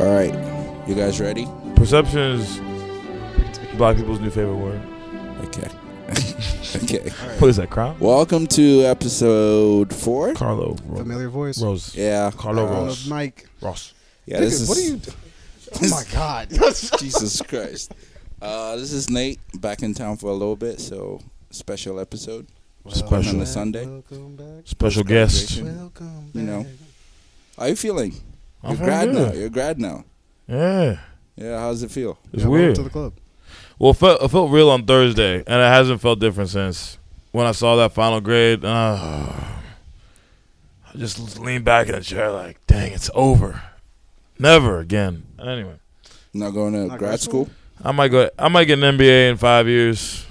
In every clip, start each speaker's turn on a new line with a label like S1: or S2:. S1: All right, you guys ready?
S2: Perception is black people's new favorite word.
S1: Okay. okay.
S2: What is that, crown?
S1: Welcome to episode four.
S2: Carlo. Ro-
S3: Familiar voice.
S2: Rose.
S1: Yeah,
S2: Carlo
S1: Uh,
S2: Ross.
S3: Mike.
S2: Ross.
S1: Yeah, this is
S3: what are you? Oh my God.
S1: Jesus Christ. Uh, this is Nate back in town for a little bit, so special episode.
S2: Special.
S1: on a Sunday.
S3: Welcome back.
S2: Special guest.
S1: Graduation.
S3: Welcome back.
S1: You know. How you feeling?
S2: I'm
S1: You're
S2: feeling
S1: grad now.
S2: good.
S1: You're grad now.
S2: Yeah.
S1: Yeah, how's it feel?
S2: It's
S3: Yeah, welcome
S2: weird.
S3: To the club.
S2: Well, it felt, it felt real on Thursday, and it hasn't felt different since when I saw that final grade. Uh, I just leaned back in a chair, like, dang, it's over. Never again. Anyway,
S1: Not going to
S3: Not
S1: grad
S3: grad
S1: school?
S3: school?
S2: I might go. I might get an MBA in five years,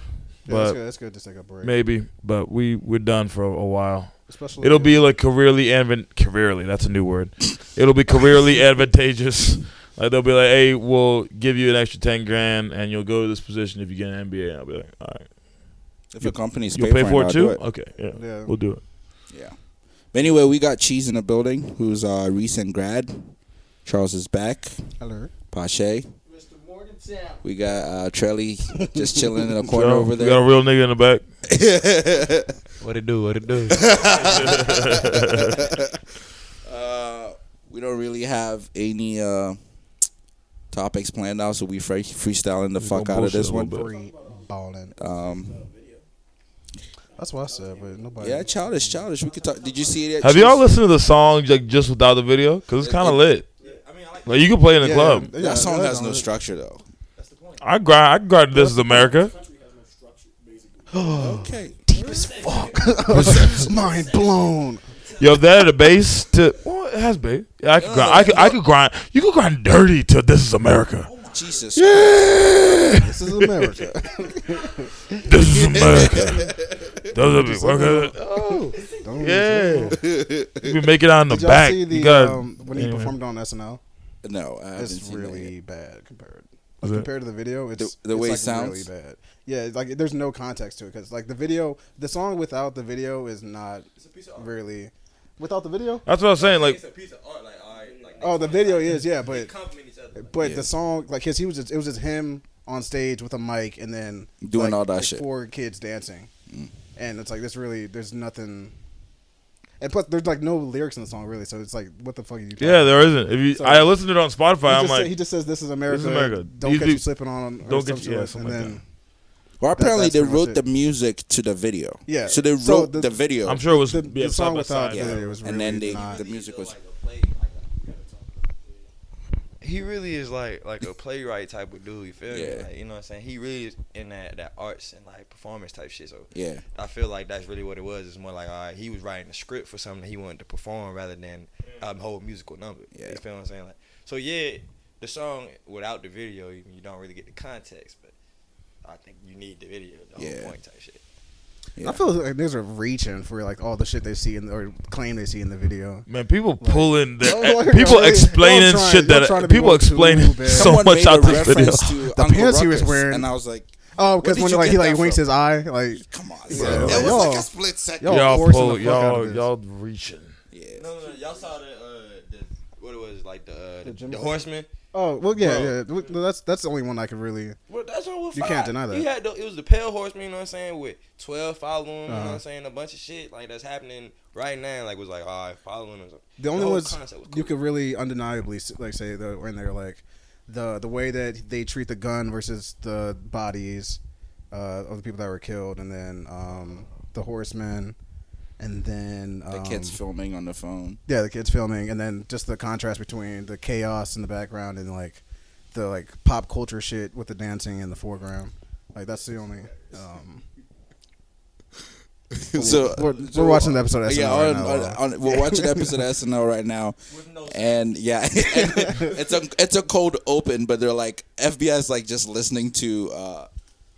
S3: Yeah, that's
S2: but
S3: good. That's good to take a break.
S2: maybe. But we we're done for a, a while.
S3: Especially
S2: It'll be like careerly advan careerly. That's a new word. It'll be careerly advantageous. Like they'll be like, hey, we'll give you an extra ten grand, and you'll go to this position if you get an MBA. And I'll be like, all right,
S1: If your company's
S2: you'll pay for
S1: I'll
S2: it
S1: do
S2: too. Okay, yeah,
S3: Yeah.
S2: we'll do it.
S1: Yeah. But anyway, we got Cheese in the building, who's a recent grad. Charles is back.
S3: alert.
S1: Pache. We got uh, Trelly just chilling in a corner
S2: So,
S1: over
S2: We got a
S1: there.
S2: real nigga in the back.
S4: What it do? What it do?
S1: Uh, we don't really have any uh, topics planned out, so we free- freestyling the
S2: Just
S1: fuck
S2: gonna
S1: out of this
S2: bullshit a
S1: one.
S2: little
S3: Free balling.
S1: Um,
S3: That's what I said, but nobody.
S1: yeah, childish, childish. We could talk. Did you see it? Yet,
S2: Have
S1: Cheese?
S2: y'all listened to the song like just without the video? Cause it's kind of lit. Like you can play in the
S3: Yeah,
S2: club.
S3: yeah,
S1: That song
S3: yeah,
S1: has no
S3: yeah.
S1: structure though.
S2: I grind. I grind. This is America.
S3: Oh.
S1: Okay.
S3: Mind blown.
S2: Yo, if that at the bass to well, it has bass. Yeah, I could grind. I could, I could grind. You could grind dirty to This Is America.
S1: Jesus. Christ.
S3: This is America.
S2: This is America. Those are working.
S3: Don't
S2: Yeah.
S3: Did
S2: We make it on the
S3: oh. y'all
S2: back.
S3: see the
S2: you got
S3: um, when he
S2: anyway.
S3: performed on SNL?
S1: No, I haven't
S3: It's
S1: seen that yet.
S3: really bad compared.
S2: Is
S3: Like,
S2: it?
S3: compared to the video, it's
S1: The- the
S3: it's,
S1: way it
S3: like,
S1: sounds?
S3: really bad. Yeah, it's like there's no context to it because like the video, the song without the video is not really without the video.
S2: That's what I'm saying. Like,
S5: it's a piece of art. Like, all right, like
S3: Oh, the video is yeah, but
S5: compliment each other.
S3: but
S1: Yeah.
S3: the song like his he was just it was just him on stage with a mic and then
S1: Doing
S3: like,
S1: all that
S3: like,
S1: shit. Mm.
S3: four kids dancing, and it's like this really there's nothing. And plus, there's like no lyrics in the song really, so it's like, what the fuck are you? talking
S2: yeah, there isn't. If you,
S3: So-
S2: I listened to it on
S3: He
S2: Spotify.
S3: just,
S2: I'm
S3: sa-
S2: like,
S3: he just says this is America.
S2: America.
S3: Don't
S2: These
S3: catch you
S2: people-
S3: slipping on. Or
S2: don't
S3: don't
S2: get you- yeah,
S3: and
S2: something like
S3: then
S1: Well, apparently
S3: that's
S1: they
S3: pretty much
S1: wrote the
S3: it.
S1: music to the video.
S3: Yeah.
S1: So they wrote
S3: So
S1: the,
S3: the-
S1: video.
S2: I'm sure it was
S3: the,
S2: yeah,
S3: the song
S2: side by
S3: without
S2: side.
S1: Yeah.
S3: the video was really
S1: And then they-
S3: not-
S1: the music was-
S4: he really is like like a playwright type of dude. You feel me?
S1: Yeah.
S4: Like, you know what I'm saying? He really is in that that arts and like performance type shit. So
S1: Yeah.
S4: I feel like that's really what it was. It's more like all right, he was writing a script for something that he wanted to perform rather than a whole musical number.
S1: Yeah.
S4: You feel what I'm saying? Like so, yeah, the song without the video, you you don't really get the context, but. I think you need the video, the
S1: Yeah.
S4: whole point type shit.
S1: Yeah.
S3: I feel like niggas are reaching for like all the shit they see in or claim they see in the video.
S2: Man, people pulling their,
S3: Oh, like,
S2: people
S3: really?
S2: explaining
S3: Y'all trying-
S2: shit
S3: y'all
S2: that
S3: trying to be
S2: people
S3: more too
S2: explaining
S3: bad.
S2: so much
S1: made
S2: out
S1: a
S2: this video.
S1: reference to
S3: The
S1: Uncle
S3: pants he was
S1: Ruckus,
S3: wearing-
S1: and I was like,
S3: Oh,
S1: Where
S3: because
S1: did
S3: when
S1: you
S3: like
S1: get
S3: he
S1: that
S3: like winks
S1: from?
S3: his eye, like
S1: "Come on,
S3: Yeah.
S1: son.
S3: Yeah.
S1: it was like
S3: Yo.
S1: a split second."
S3: Yo.
S2: Y'all
S3: forcing
S2: pull,
S3: the fuck out of
S2: y'all,
S3: this.
S2: y'all reaching.
S1: Yeah.
S4: No, no, no. Y'all saw the, uh, the what it was like the uh, the,
S3: Jim
S4: the
S3: Brown?
S4: horseman.
S3: oh well yeah
S4: Bro.
S3: yeah Well, that's that's the only one I could really
S4: Well, that's what was
S3: You
S4: fire.
S3: can't deny that.
S4: He had the, it was the pale horseman, you know what I'm saying, with 12 following, you know what
S3: Uh-huh.
S4: I'm saying, a bunch of shit like that's happening right now. Like was like, all right, following him.
S3: the only
S4: whole
S3: ones
S4: concept was
S3: you
S4: cool.
S3: could really undeniably s- like say though when they're like the the way that they treat the gun versus the bodies uh, of the people that were killed, and then um, the horsemen, and then um,
S1: The kids filming on the phone.
S3: yeah the kids filming and then just the contrast between the chaos in the background and like the like pop culture shit with the dancing in the foreground like that's the only um
S1: so
S3: we're, we're watching the episode of SNL
S1: yeah,
S3: right
S1: on,
S3: now, though.
S1: on, on, we're watching the episode of SNL right now, and yeah, it's a it's a cold open, but they're like FBI is like just listening to uh,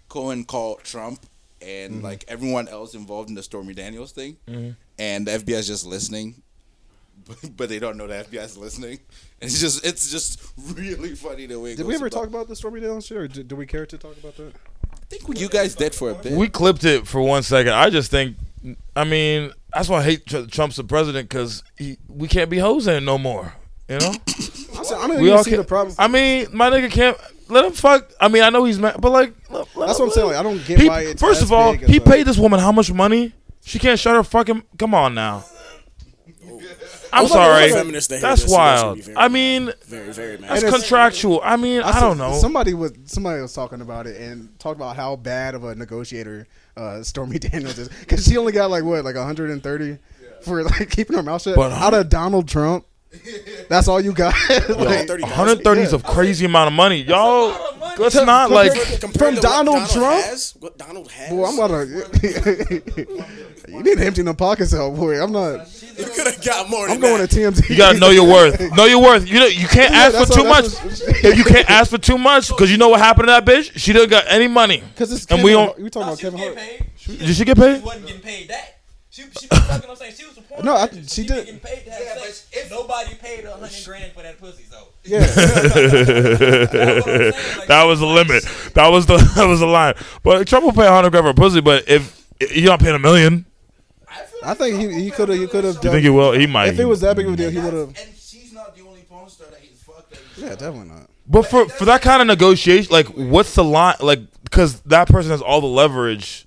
S1: Cohen call Trump
S3: Mm-hmm.
S1: and like everyone else involved in the Stormy Daniels thing, and the FBI is just listening, but, but they don't know the FBI is listening. It's just it's just really funny the way. It
S3: did
S1: goes
S3: we ever
S1: about-
S3: talk about the Stormy Daniels shit or do, do we care to talk about that
S1: I think you guys did for a bit.
S2: We clipped it for one second. I just think, I mean, that's why I hate Tr- Trump's the president because we can't be hosing no more. You know,
S3: I'm I'm saying, I don't
S2: We
S3: even
S2: all
S3: see
S2: can-
S3: the problem.
S2: I mean, my nigga can't let him fuck. I mean, I know he's mad, but like, let- let
S3: That's
S2: him-
S3: what I'm saying. Like, I don't get
S2: He-
S3: why it's
S2: first
S3: as
S2: of all,
S3: big as
S2: he
S3: a-
S2: paid this woman how much money? She can't shut her fucking. Come on now. I'm
S6: There's a lot of
S2: sorry.
S6: feminists that hear
S2: That's
S6: this, so that's gonna
S2: wild.
S6: be very
S2: I
S6: mad.
S2: mean,
S6: Very, very mad.
S2: that's
S3: it's-
S2: contractual. I mean, I
S3: saw-
S2: don't know.
S3: Somebody was somebody was talking about it and talked about how bad of a negotiator uh, Stormy Daniels is because she only got like what like 130 for like keeping her mouth shut.
S2: But-
S3: out of Donald Trump, that's all you got. like,
S6: 130
S2: 130 is a crazy amount of money, y'all. Let's
S3: To-
S2: not
S3: compared-
S2: like.
S3: from Donald Trump?
S6: Has, what Donald has?
S3: boy, I'm gonna. you need to empty them pockets out, boy. I'm not.
S6: You could have got more. than
S3: I'm going to
S6: that.
S3: TMZ.
S2: You gotta know your worth. Know your worth. You know, you can't
S3: Yeah,
S2: ask
S3: that's
S2: for too
S3: what-
S2: much.
S3: that's what-
S2: If you can't ask for too much, because you know what happened to that bitch. She didn't got any money.
S3: Because it's
S2: And
S3: Kevin,
S2: we
S3: we
S2: don't-
S3: we
S5: Oh,
S3: talking about Kevin Hart.
S2: Did she get paid?
S5: She wasn't getting paid that. She, she was fucking. I'm saying she was a porn.
S3: No, I-
S5: actress.
S3: she
S5: been
S3: did-
S5: Getting paid to have sex. If nobody paid her a hundred grand for that pussy, so
S3: Yeah,
S2: that was the limit. That was the that was the line. But Trump will pay a hundred grand for a pussy. But if you're not paying a million,
S3: I think he he could have he could have
S2: you think he
S3: done.
S2: will? He might.
S3: If it was that big of a deal, he would have.
S1: And she's not the only porn star that he's fucked. that he's
S3: Yeah,
S1: fucked.
S3: definitely not.
S2: But for for that kind of negotiation, like what's the line? Like because that person has all the leverage.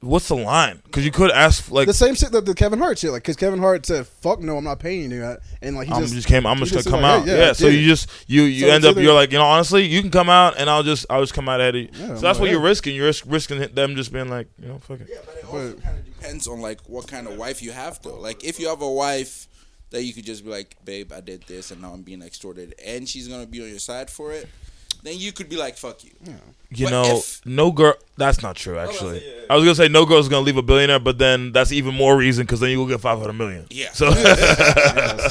S2: What's the line? Because you could ask like
S3: the same shit that the Kevin Hart shit, like, because Kevin Hart said, "Fuck no, I'm not paying you," that," and like he
S2: I'm
S3: just,
S2: just, came. I'm
S3: he
S2: just gonna
S3: said,
S2: come
S3: like,
S2: out. Yeah. so you just you you
S3: So
S2: end
S3: it's
S2: up.
S3: either-
S2: You're like you know honestly you can come out and I'll just I'll just come out at you.
S3: Yeah,
S2: so that's what
S3: yeah.
S2: you're risking. You're risk, risking them just being like you know fuck it.
S1: Yeah, but it also kind of depends on like what kind of wife you have though. Like if you have a wife that you could just be like, babe, I did this and now I'm being extorted, and she's gonna be on your side for it, then you could be like, fuck you.
S2: You
S1: But
S2: know
S1: if- Oh,
S2: no girl. That's not true actually. I was gonna say no girl's gonna leave a billionaire, but then that's even more reason because then you will get five hundred million.
S1: Yeah.
S2: So.
S3: Yeah,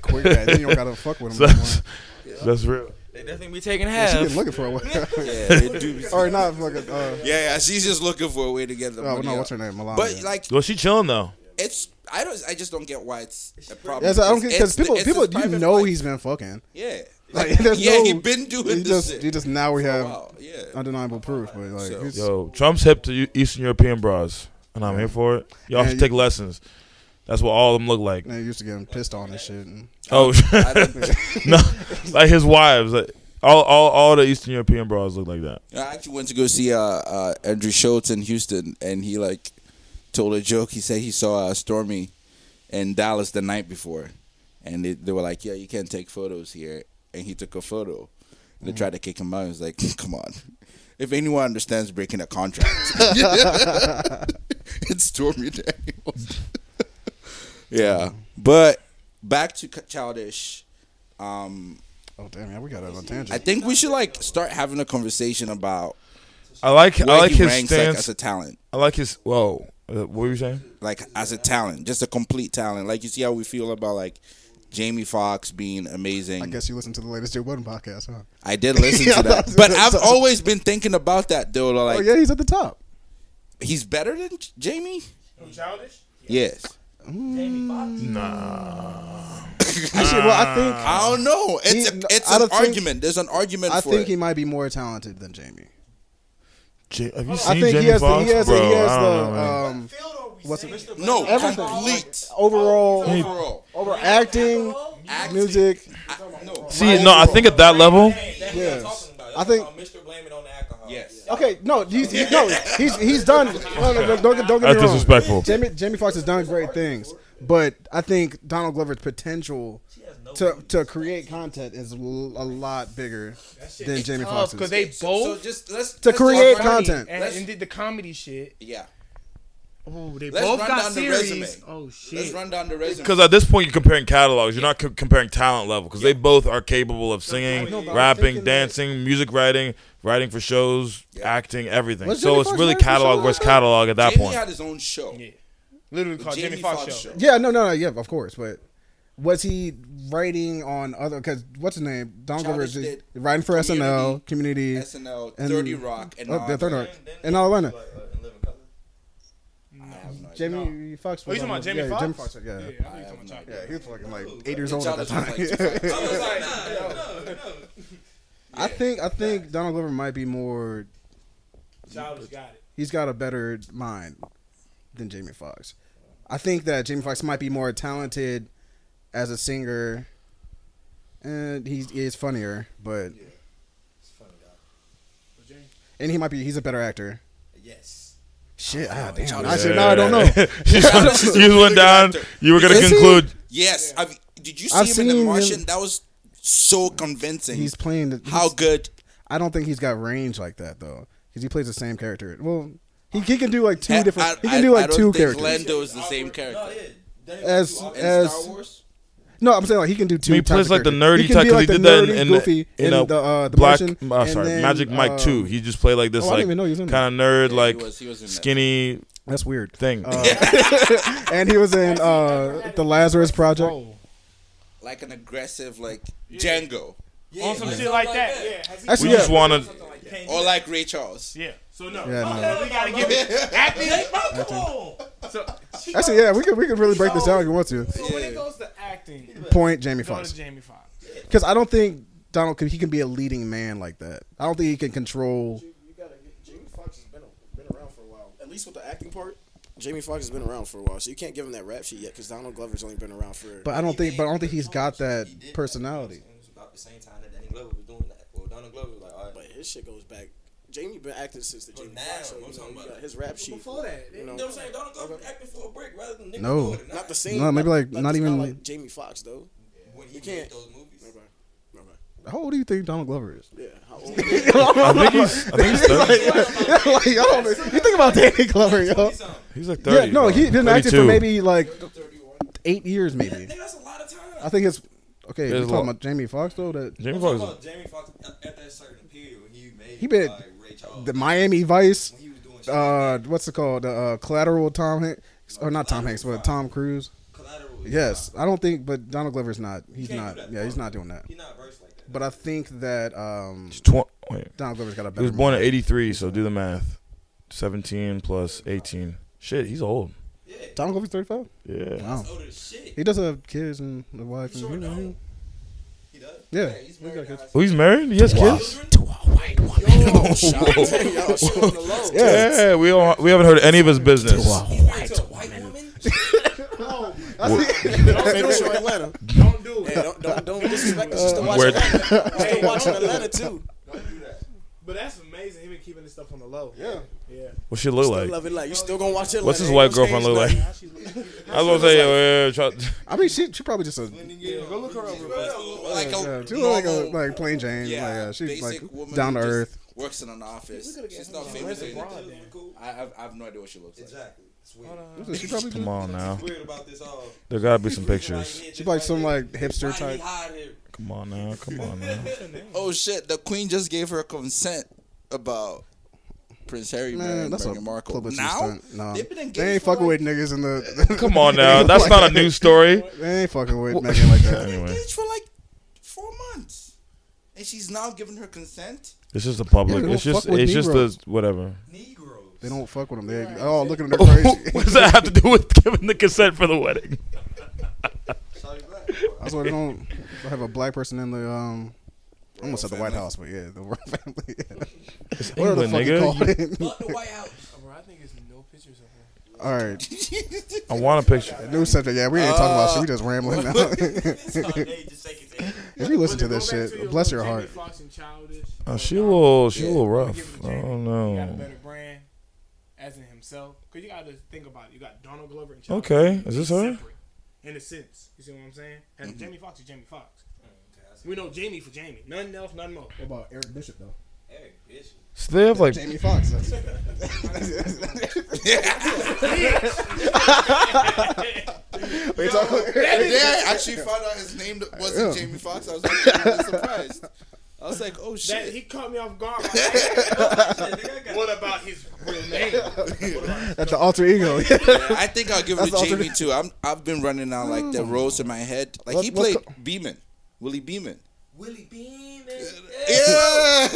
S3: quick guy. Then you don't gotta fuck with him.
S2: so
S3: no more.
S2: that's, that's real.
S4: They definitely be taking
S3: She
S4: half.
S3: been looking for a while,
S1: Yeah, they do.
S3: or not fucking. Uh,
S1: yeah, yeah, she's just looking for a way to get the
S3: oh
S1: money.
S3: no,
S1: out.
S3: what's her name? Melania.
S1: But like,
S2: Well, she chilling though.
S1: it's I don't I just don't get why it's a problem.
S3: yeah, so I don't
S1: It's-
S3: because
S1: it's the-
S3: people
S1: it's
S3: people
S1: his
S3: you
S1: private
S3: know
S1: life.
S3: he's been fucking.
S1: yeah.
S3: Like, there's
S1: yeah,
S3: no,
S1: he been doing
S3: you
S1: this
S3: just,
S1: shit
S3: You just now we
S1: for a
S3: have
S1: while. Yeah,
S3: undeniable proof, but like,
S1: So-
S3: he's-
S2: Yo, Trump's hip to Eu- Eastern European bras, and I'm here for it. Y'all
S3: Yeah,
S2: should
S3: you-
S2: take lessons. That's what all of them look like.
S3: man, he used to get him pissed on and shit. And,
S2: Oh
S1: I don't-
S2: no, like his wives. Like, all, all, all the Eastern European bras look like that.
S1: I actually went to go see uh, uh, Andrew Schultz in Houston, and he like told a joke. He said he saw uh, Stormy in Dallas the night before, and they, they were like, "Yeah, you can't take photos here," and he took a photo. And they tried to kick him out. He was like, "Come on." If anyone understands breaking a contract, it's Stormy Daniels. yeah, but back to childish. Um,
S3: oh damn, yeah, we got it on
S1: I
S3: tangent.
S1: think we should like start having a conversation about
S2: I like
S1: where
S2: I like
S1: he
S2: his
S1: ranks like,
S2: stance.
S1: as a talent,
S2: I like his whoa. Uh, What were you saying?
S1: like as a talent, just a complete talent. Like you see how we feel about like Jamie Foxx being amazing.
S3: I
S1: I,
S3: guess you listened to the latest Joe Budden podcast, huh?
S1: did listen
S3: Yeah,
S1: to that,
S3: that's-
S1: but
S3: that's-
S1: I've always been thinking about that though. Like
S3: oh yeah, he's at the top.
S1: he's better than J- Jamie.
S5: childish.
S1: Yes,
S3: Actually, well, I think
S1: I don't know. It's
S3: He-
S1: a, it's
S3: I
S1: an
S3: don't think-
S1: argument. There's an argument.
S3: I
S1: for
S3: think
S1: it.
S3: he might be more talented than Jamie.
S2: J- have you
S3: I
S2: seen
S3: think
S2: Jamie
S3: he has
S2: Foxx,
S3: the he has
S2: bro?
S3: the, he has
S2: I
S3: the
S2: don't know, man.
S3: um what's it,
S1: no
S3: everything.
S1: complete
S3: overall
S1: overall.
S3: over acting,
S1: Acting.
S3: music.
S1: I, no,
S2: See, no, I think at that level,
S3: Yes. I
S5: I
S3: think-
S5: think Mr. Blame it Uh, on the alcohol.
S1: yes.
S3: Okay, no, he's, he's no he's he's done. No, no, no, don't, get- don't get
S2: that's
S3: me wrong.
S2: disrespectful.
S3: Jamie Jamie Foxx has done great things, but I think Donald Glover's potential to to create content is l- a lot bigger than Jamie
S1: Oh,
S3: Foxx's.
S7: because they both
S1: So just let's
S3: To
S1: let's talk
S3: create
S1: about-
S7: funny
S3: content.
S7: and,
S1: Let's-
S7: and did the comedy shit.
S1: Yeah,
S7: Oh, they
S1: Let's
S7: both
S1: run
S7: got
S1: down the
S7: series.
S1: resume.
S7: Oh
S1: let's
S7: shit.
S1: run down the resume.
S2: Because at this point, you're comparing catalogs. You're not co- comparing talent level because they both are capable of singing,
S3: No, but I'm
S2: rapping,
S3: thinking that-
S2: dancing, music writing, writing for shows, acting, everything.
S3: Was
S2: so
S3: Jamie
S2: it's
S3: Foxx
S2: really
S3: writing for
S2: catalog
S3: shows?
S2: versus catalog at that
S1: Jamie
S2: point.
S1: had his own show.
S7: Yeah. Literally called Jamie, Foxx show.
S3: Yeah, no, no, no, yeah, of course. But was he writing on other? Because what's his name? Donald Glover
S1: Childish
S3: is
S1: did
S3: writing for SNL, Community,
S1: SNL,
S3: and-
S1: Thirty Rock, and
S3: oh,
S1: all
S3: yeah, Third
S1: that.
S3: Rock, and all
S1: I
S3: Atlanta.
S1: have no idea.
S3: Jamie Foxx.
S7: Oh, you
S3: was
S7: talking
S3: on
S7: about
S3: the-
S7: Jamie
S3: yeah,
S7: Foxx?
S3: Jamie Foxx? Yeah.
S7: Yeah, I know you're talking about.
S3: Yeah, he was fucking like eight years old at the
S1: Childish was
S3: time.
S1: like-
S3: I think I think Donald Glover might be more.
S7: Childish got it.
S3: He's got a better mind than Jamie Foxx. I think that Jamie Foxx might be more talented as a singer and he's he is funnier, but
S5: It's funny, dog.
S3: and he might be he's a better actor.
S5: Yes.
S3: Shit, ah, damn.
S8: y'all
S3: I
S8: is-
S3: said, no, I don't know.
S2: you just you just went down. You were gonna
S3: Is he?
S2: conclude.
S1: Yes, I've, did you see
S3: I've
S1: him in
S3: seen
S1: The
S3: him.
S1: Martian? That was so convincing.
S3: He's playing. The,
S1: How
S3: he's-
S1: good?
S3: I don't think he's got range like that though, because he plays the same character. Well, he, he can do like two different. he can do
S1: I
S3: like
S1: don't
S3: two
S1: think
S3: characters.
S1: Lando is the same character.
S3: as
S1: In
S3: as
S1: Star Wars,
S3: no, I'm saying like he can do two.
S2: He
S3: types
S2: plays
S3: of
S2: like the
S3: characters.
S2: nerdy
S3: He can
S2: type.
S3: be
S2: 'cause
S3: like
S2: he
S3: the
S2: did that
S3: nerdy,
S2: in,
S3: goofy
S2: in,
S3: in
S2: a
S3: the uh, the
S2: black.
S3: Martian,
S2: uh,
S3: and
S2: sorry,
S3: then,
S2: Magic Mike
S3: uh,
S2: Two. He just played like this
S3: oh, I didn't
S2: like
S3: even know he was in that.
S2: kind of nerd,
S1: Yeah,
S2: like
S1: he was, he was in that.
S2: skinny
S3: That's weird.
S2: thing.
S3: and he was in uh, the Lazarus Project.
S7: Oh.
S1: like an aggressive, like Django,
S7: on some shit like that. Yeah. Has he-
S2: we
S3: Actually,
S2: just
S3: yeah,
S2: want to.
S1: or like Ray Charles.
S7: yeah. So no.
S3: Yeah, no.
S7: Okay, we gotta give it acting.
S9: Come on.
S7: So,
S3: actually, yeah, we could we could really break this down if you want to.
S7: so when it goes to acting,
S3: Point Jamie
S7: go to
S3: Foxx
S7: Jamie Foxx.
S3: because I don't think Donald could, he can be a leading man like that. I don't think he can control.
S8: You gotta get Jamie Foxx has been been around for a while. At least with the acting part, Jamie Foxx has been around for a while, so you can't give him that rap sheet yet because Donald Glover's only been around for.
S3: But I don't think but I don't think he's got that personality.
S5: It was about the same time that Danny Glover was doing that. Well, Donald Glover was like, all
S8: but his shit goes back. Jamie been acting since the Jamie
S5: now,
S8: Foxx. So,
S5: I'm
S8: you know,
S5: talking
S8: you
S5: about
S8: got his rap sheet.
S7: Before that,
S8: you know,
S5: You know what I'm saying? Donald Glover acting for a brick rather than niggas
S3: No.
S5: doing it.
S8: not the same.
S3: No, maybe like, not
S8: it's
S3: even-
S8: like Jamie Foxx though.
S5: when he
S8: You
S5: made
S8: can't-
S5: those movies.
S8: Okay. Okay.
S3: How old do you think Donald Glover is?
S8: Yeah. How
S2: I
S8: old?
S2: think he's. I think he's thirty.
S3: like, I don't know. You think about Danny Glover, yo.
S2: He's like
S3: Yeah,
S2: thirty.
S3: no,
S2: bro.
S3: he been acting for
S2: 32.
S3: maybe like eight years, maybe.
S5: Nigga, that's a lot of time.
S3: I think it's okay. We're
S2: There's a
S3: talking
S2: lot.
S3: about Jamie Foxx though. That
S2: Jamie
S5: I'm talking
S2: Foxx.
S5: about Jamie Foxx at- at that certain period when he made
S3: He been-
S5: like, Ray Charles.
S3: the Miami Vice.
S5: when he was doing shit
S3: Uh, what's it called? Uh, Collateral. Tom Hanks, or not Tom Hanks, but Tom Cruise.
S5: collateral.
S3: Yes, I don't think. But Donald Glover's not. He's
S5: can't
S3: not.
S5: do that.
S3: Yeah, he's not doing that.
S5: He not versed like that.
S3: But I think that um,
S2: He's twen- wait.
S3: Donald Glover's got a
S2: He
S3: better.
S2: was born in '83, so do the math. Seventeen plus eighteen. Shit, he's old.
S3: Donald Glover's thirty-five.
S2: Yeah.
S3: Wow,
S5: Older than shit.
S3: he does have kids and a wife. And, you know, he-
S5: He does.
S3: yeah,
S5: he's
S3: he's got kids.
S2: Oh, he's married. He has kids.
S8: Yo, shout out to y'all, shoot on the low.
S2: Yeah, we don't. We haven't heard any of his business.
S8: Don't do show Atlanta.
S7: Don't do it.
S8: Hey, don't, don't, don't disrespect us. Just to watch
S2: Uh, Where-
S8: Atlanta. Just to watch Atlanta too.
S7: But that's amazing. He been keeping this stuff on the low.
S3: Yeah.
S7: Yeah.
S2: What's she look
S8: Still
S2: like?
S8: love it like you still gonna watch Atlanta.
S2: What's his
S8: Ain't
S2: white
S8: no change
S2: girlfriend look like?
S8: nothing.
S7: Now she's looking-
S2: I was gonna say, yeah, yeah, yeah, try-
S3: I mean, she she probably just a
S7: yeah. Go look her up. real
S1: Like
S7: quick.
S1: a
S3: yeah, she
S1: normal,
S3: was like a like plain Jane.
S1: yeah,
S3: like, yeah, she's
S1: basic
S3: like
S1: woman
S3: down to
S1: who just
S3: earth.
S1: Works in an office. She's not famous. or anything. I, I've, I have no idea what she looks like.
S5: Exactly. It's weird.
S3: Listen, She probably
S2: Come
S3: just,
S2: on now.
S5: Weird about this uh, all.
S2: There gotta be some pictures.
S3: she's like some like hipster
S5: Why he
S3: type.
S5: hide here?
S2: Come on now. Come on now.
S1: Oh shit! The queen just gave her consent about Prince Harry
S3: Man,
S1: marrying
S3: that's a
S1: Meghan Markle.
S3: publicity
S1: Now
S3: stunt. No,
S1: they've been engaged.
S3: they ain't
S1: for,
S3: fucking
S1: like,
S3: with niggas in the.
S2: Come on now. That's not a news story.
S3: They ain't fucking with Megan like that.
S2: Anyway,
S1: engaged for like four months, and she's now giving her consent.
S2: it's just the public.
S3: Yeah, they
S2: It's
S3: don't
S2: just.
S3: fuck with
S2: It's just
S3: Negroes.
S2: the whatever.
S5: Negroes.
S3: They don't fuck with them. They oh looking at them crazy.
S2: what does that have to do with giving the consent for the wedding?
S5: Shawty black.
S3: That's why they don't have a black person in the um. I almost said the White
S1: family.
S3: House, but yeah, the royal family.
S2: It's
S3: What are the
S2: England,
S3: fuck you call
S2: nigga.
S3: it?
S9: Fuck the White House.
S7: Bro, I think it's no pictures of her.
S3: All right,
S2: I want a picture.
S3: new subject. Yeah, we ain't talking about shit. We just rambling now. if you listen to
S7: But
S3: this
S7: go back to
S3: shit, bless your
S7: Jamie
S3: heart.
S7: Foxx and Childish.
S2: Oh, she a little. She a
S1: Yeah.
S2: little
S7: Give it
S2: rough.
S7: to
S2: I don't
S7: He got a
S2: know.
S7: better brand, as in himself. Cause you gotta think about it. You got Donald Glover and Childish.
S2: Okay, is this
S7: They're
S2: her?
S7: separate, In a sense, you see what I'm saying?
S3: Mm-hmm.
S7: And Jamie Foxx is Jamie Foxx. We know Jamie for Jamie. Nothing else, nothing more.
S3: What about Eric Bishop though?
S5: Eric Bishop.
S2: So they have like.
S3: Jamie Foxx. that's- We talking-
S1: yeah, I actually found out his name wasn't
S3: Yeah.
S1: Jamie Foxx. I was like, really surprised. I was like, oh
S7: That,
S1: shit.
S7: he caught me off guard. Like, hey, what about his real name?
S3: That's the alter ego.
S1: Yeah, I think I'll give it
S3: That's
S1: to
S3: all
S1: Jamie too. I'm I've been running out like
S5: Hmm.
S1: the roles in my head. Like
S3: What-
S1: he
S3: what
S1: played
S3: co-
S1: Beeman, Willie Beeman.
S5: Willie Beeman.
S1: Yeah,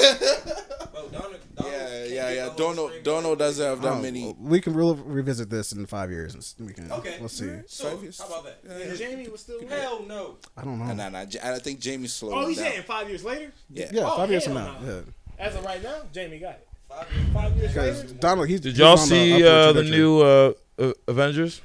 S5: Bro, Donald.
S1: yeah, yeah, yeah. Donald Donald doesn't have
S3: Oh,
S1: that many.
S3: we can re- revisit this in five years. And s- we can.
S5: Okay.
S3: Let's see.
S5: So,
S1: Five years.
S5: how about that?
S7: Jamie was still there.
S5: Hell no.
S3: I don't know.
S1: Nah, nah. J- I think Jamie's slow.
S7: Oh, he's
S1: down.
S7: saying five years later.
S1: Yeah.
S3: Yeah,
S7: Oh,
S3: five years from
S7: hell
S3: now.
S7: no.
S3: Yeah.
S7: As of right now, Jamie got it.
S5: Five years. Five years.
S3: Because Donald, he's
S2: Did y'all
S3: he's on the
S2: see
S3: upward
S2: uh, the
S3: trajectory.
S2: new uh, uh, Avengers?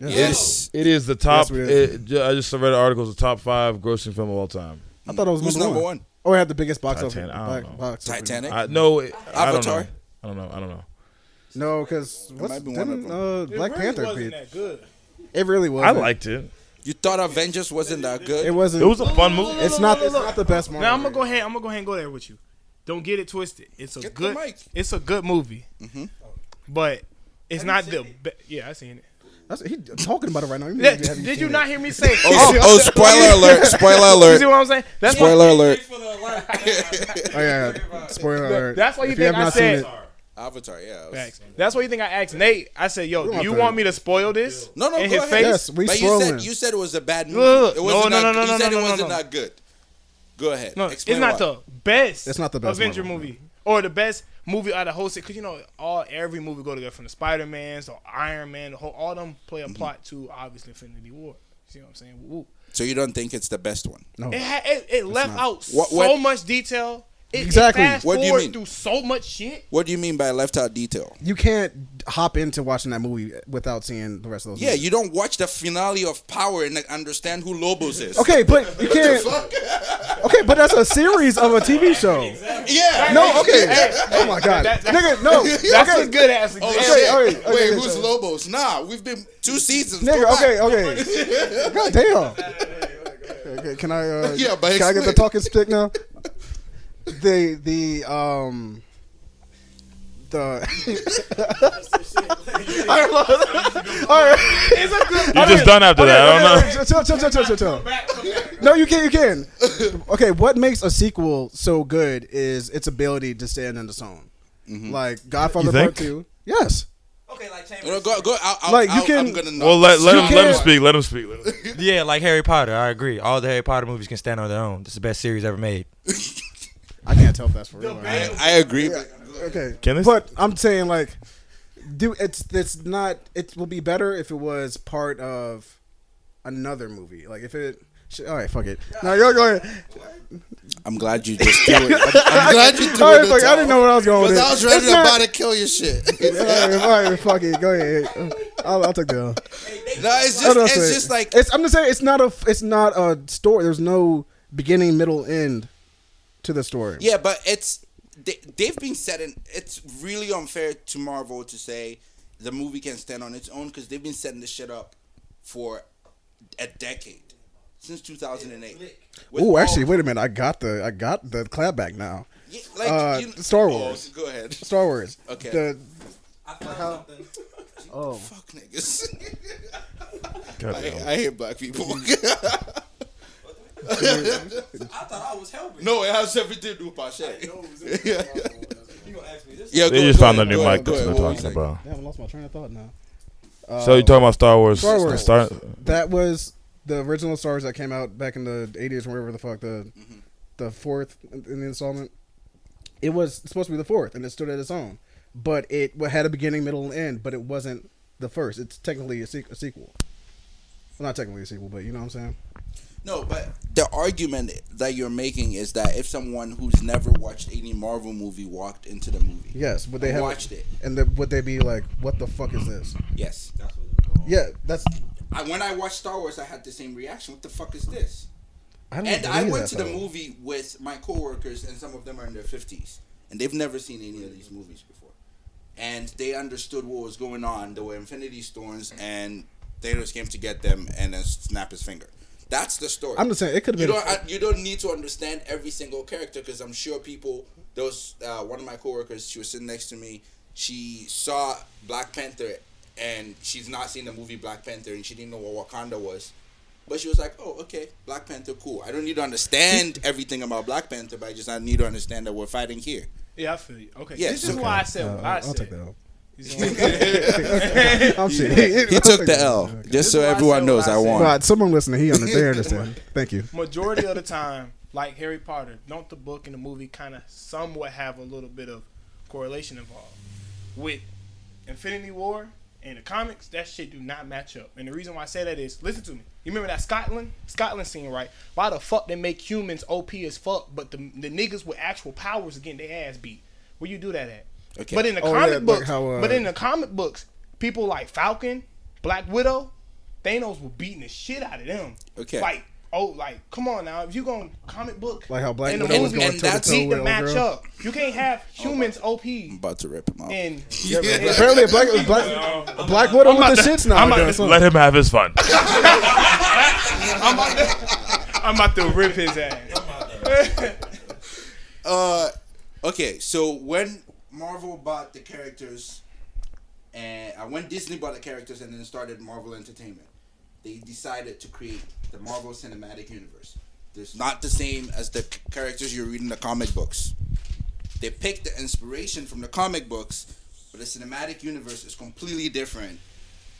S1: Yes.
S2: It is the top.
S3: Yes, we-
S2: it- ju- I just read an article. It's the top five grossing film of all time.
S3: I thought it was
S1: Who's
S3: number,
S1: number
S3: one.
S1: one?
S3: Oh, it had the biggest box
S2: Titan- I
S3: office.
S2: don't know.
S3: Box office.
S1: Titanic.
S2: I no. it- I don't know.
S1: Avatar?
S2: I don't know. I don't know.
S3: No, because
S1: might be one of
S3: didn't
S1: them.
S3: uh,
S7: It
S3: Black
S7: really
S3: Panther
S7: wasn't
S3: beat?
S7: that good.
S3: It really was.
S2: I liked it.
S1: you thought Avengers wasn't that good?
S3: It wasn't.
S2: It was a fun movie.
S3: It's not. It's not the best Marvel.
S7: Now I'm gonna go
S3: movie.
S7: ahead. I'm gonna go ahead and go there with you. Don't get it twisted. It's a
S1: Get the
S7: good.
S1: mic. Mm-hmm.
S7: It's a good movie. But it's not the. Be- yeah, I seen it.
S3: That's, he talking about it right now. He
S7: Yeah,
S3: really haven't
S7: did
S3: seen
S7: you
S3: it.
S7: not hear me say?
S1: Oh,
S7: oh,
S1: oh, spoiler alert! Spoiler
S7: you see
S1: alert!
S7: what I'm saying? That's why.
S1: Spoiler alert!
S3: Oh yeah. yeah. Spoiler alert.
S7: That's why you
S3: If
S7: think
S3: have
S7: I
S3: not
S7: said-
S3: seen it-
S1: Avatar, yeah. I was-
S7: Facts. That's why you think I asked Nate. I said, "Yo, do
S3: want
S7: you
S3: that.
S7: want me to spoil this?"
S1: No, no,
S7: in
S1: go ahead.
S7: his face.
S3: Yes, we
S1: But you
S3: spoiling.
S1: said you said it was a bad movie.
S7: Ugh.
S1: It wasn't
S7: No,
S1: that-
S7: no, no, no,
S1: You said
S7: no,
S1: it
S7: no, no,
S1: wasn't
S7: no.
S1: that good. Go ahead.
S7: No,
S1: Explain
S7: it's not
S1: why.
S7: the best.
S3: It's not the best
S7: Avenger
S3: Marvel
S7: movie or the best movie out of the whole set. Cause you know all every movie go together from the Spider Man's or Iron Man. The whole all them play
S1: Mm-hmm.
S7: a plot to obviously Infinity War. See what I'm saying? Woo.
S1: So you don't think it's the best one?
S3: No.
S7: It had, it, it left
S3: not.
S7: out
S1: What-
S7: so
S1: what-
S7: much detail. It,
S3: Exactly.
S7: It fast
S1: What do you
S7: forward
S1: mean?
S7: Through so much shit.
S1: What do you mean by left out detail?
S3: You can't hop into watching that movie without seeing the rest of those.
S1: Yeah,
S3: movies.
S1: you don't watch the finale of Power and like, understand who Lobos is.
S3: Okay, but you can't. Okay, but that's a series of a TV show.
S1: Yeah.
S3: No, okay.
S7: Hey,
S3: Oh my god,
S7: That- that-
S3: nigga, no.
S7: That's
S3: okay.
S7: a good ass
S1: Oh,
S7: example.
S1: shit.
S3: okay, okay,
S1: Wait,
S3: okay,
S1: who's
S3: so-
S1: Lobos? Nah, we've been two seasons. Go
S3: Nigga,
S1: back.
S3: okay, okay. God damn. Okay, can I? Uh,
S1: Yeah, but
S3: can I get the
S1: explain.
S3: talking stick now? The the um the. I love. All right.
S7: It's a good.
S2: You're just done after that. I don't know.
S3: Chill, chill, chill, chill, chill, chill. No, you can, you can. Okay, what makes a sequel so good is its ability to stand on its own.
S1: Mm-hmm.
S3: Like Godfather
S2: You
S3: Part
S2: think?
S3: Two. Yes.
S5: Okay, like Chamber.
S1: No, go, go. I'll, I'll,
S3: Like, you
S1: I'll,
S3: can-
S1: I'm gonna know.
S2: Well, let let
S3: You
S2: him let him
S3: can't-
S2: speak. Let him speak. Let him speak.
S5: Yeah, like Harry Potter. I agree. All the Harry Potter movies can stand on their own. This is the best series ever made.
S3: I can't tell if that's for real. or not.
S1: I, I agree.
S3: Okay.
S2: Can this-
S3: But I'm saying like, do it's it's not. It will be better if it was part of another movie. Like if it. sh- All right, fuck it. No, go go ahead.
S1: I'm glad you just. threw it. I'm, I'm glad you
S3: All
S1: threw
S3: right,
S1: it.
S3: fuck it. I didn't know where I was going. with
S1: Because
S3: it.
S1: I was ready
S3: It's
S1: to
S3: not-
S1: about to kill your shit.
S3: All right, all right, fuck it. Go ahead. I'll, I'll take the. L.
S1: no, it's
S3: I
S1: just,
S3: don't
S1: it's
S3: say it.
S1: just like
S3: it's. I'm just saying it's not a. It's not a story. There's no beginning, middle, end to the story.
S1: Yeah, but it's they, they've been setting. It's really unfair to Marvel to say the movie can stand on its own because they've been setting this shit up for a decade since 2008. With
S3: Oh,
S1: all-
S3: actually, wait a minute. I got the. I got the clapback now.
S1: Yeah, like,
S3: uh,
S1: you-
S3: Star
S1: Oh,
S3: Wars.
S1: go ahead.
S3: Star Wars.
S1: Okay.
S3: The,
S5: I found something.
S3: oh.
S1: Fuck niggas.
S2: God
S1: I,
S2: damn.
S1: I hate black people.
S5: I thought I was helping.
S1: no, it has everything to do with Pache. Yeah,
S5: You gonna ask me this?
S1: yeah
S2: They
S1: go-
S2: just
S1: go
S2: found a
S1: ahead,
S2: new
S1: go
S2: mic.
S1: ahead, go ahead. What
S2: That's what they're
S1: were you
S2: talking
S1: saying?
S2: about.
S3: Damn, I lost my train of thought now.
S2: So you're talking about Star Wars?
S3: Star Wars.
S2: Star-
S3: That was the original Star Wars that came out back in the 80s, or wherever the fuck the
S1: Mm-hmm.
S3: the fourth in in the installment. It was supposed to be the fourth, and it stood at its own, but it wa- had a beginning, middle, and end. But it wasn't the first. It's technically a, sequ- a sequel. Well, not technically a sequel, but you know what I'm saying.
S1: No, but the argument that you're making is that if someone who's never watched any Marvel movie walked into the movie,
S3: Yes, would they
S1: they
S3: have
S1: watched it,
S3: And the, would they be like, "What the fuck is this?"
S1: yes.
S3: Yeah, that's.
S1: I, when I watched Star Wars, I had the same reaction. What the fuck is this?
S3: I don't
S1: And I
S3: believe
S1: went to
S3: that,
S1: the
S3: though.
S1: movie with my coworkers, and some of them are in their fifties, and they've never seen any of these movies before, and they understood what was going on. There were Infinity Stones, and Thanos came to get them, and then snap his finger. That's the story.
S3: I'm just saying it could
S1: You
S3: have been.
S1: don't. I, you don't need to understand every single character because I'm sure people. There was uh, one of my coworkers. She was sitting next to me. She saw Black Panther, and she's not seen the movie Black Panther, and she didn't know what Wakanda was. But she was like, "Oh, okay, Black Panther, cool. I don't need to understand everything about Black Panther, but I just I need to understand that we're fighting here."
S7: Yeah, I feel you. Okay,
S1: Yeah,
S7: this is
S1: okay.
S7: why I said what
S3: Uh,
S7: I
S3: I'll
S7: said.
S3: take that. out.
S7: that.
S3: I'm serious.
S1: He took the L, just so
S7: This is why I
S1: everyone
S7: said
S1: knows
S7: what I
S1: I
S7: said.
S1: won.
S3: But someone listening, he under, they understand. Thank you.
S7: Majority of the time, like Harry Potter, don't the book and the movie kind of somewhat have a little bit of correlation involved? With Infinity War and the comics, that shit do not match up. And the reason why I say that is, listen to me. You remember that Scotland, Scotland scene, right? Why the fuck they make humans OP as fuck, but the the niggas with actual powers getting their ass beat? Where you do that at?
S1: Okay.
S7: But in the
S3: Oh, yeah,
S7: comic
S3: like
S7: books,
S3: how, uh,
S7: but in the comic books, people like Falcon, Black Widow, Thanos was beating the shit out of them.
S1: Okay.
S7: Like, oh, like, come on now. If you going to comic book
S3: Like how Black
S7: in the
S3: Widow was
S7: movie,
S1: and
S3: going toe to
S1: that's-
S3: toe
S7: need
S3: with
S7: to
S3: old
S7: match
S3: girl.
S7: up. You can't have humans OP and.
S1: I'm about to rip him out.
S7: and-
S3: Apparently, a black a black, a black widow with the shits now.
S7: I'm about
S3: doing
S7: to
S3: something.
S2: Let him have his fun.
S7: I'm about to, I'm about to rip his ass.
S1: Uh, okay, so when Marvel bought the characters, and uh, when Disney bought the characters, and then started Marvel Entertainment, they decided to create the Marvel Cinematic Universe. It's not the same as the c- characters you read in the comic books. They picked the inspiration from the comic books, but the cinematic universe is completely different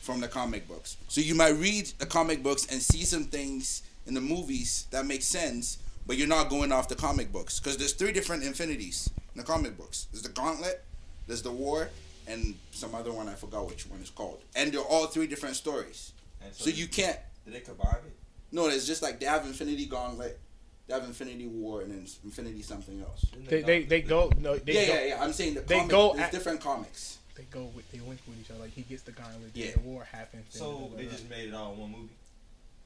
S1: from the comic books. So you might read the comic books and see some things in the movies that make sense, but you're not going off the comic books because there's three different infinities in the comic books. There's the Gauntlet, there's the War, and some other one I forgot which one is called. And they're all three different stories.
S4: And
S1: So you can't.
S4: did they combine it?
S1: No, it's just like they have Infinity Gauntlet, they have Infinity War, and then Infinity something else.
S7: they, they they go no they
S1: yeah,
S7: go,
S1: yeah, yeah. I'm saying the
S7: they
S1: comic,
S7: go
S1: there's
S7: at-
S1: different comics.
S7: they go with they link with each other. Like he gets the gauntlet, then
S1: Yeah.
S7: the war happens. then
S4: So
S7: blah,
S4: they
S7: blah,
S4: just made it all in one movie.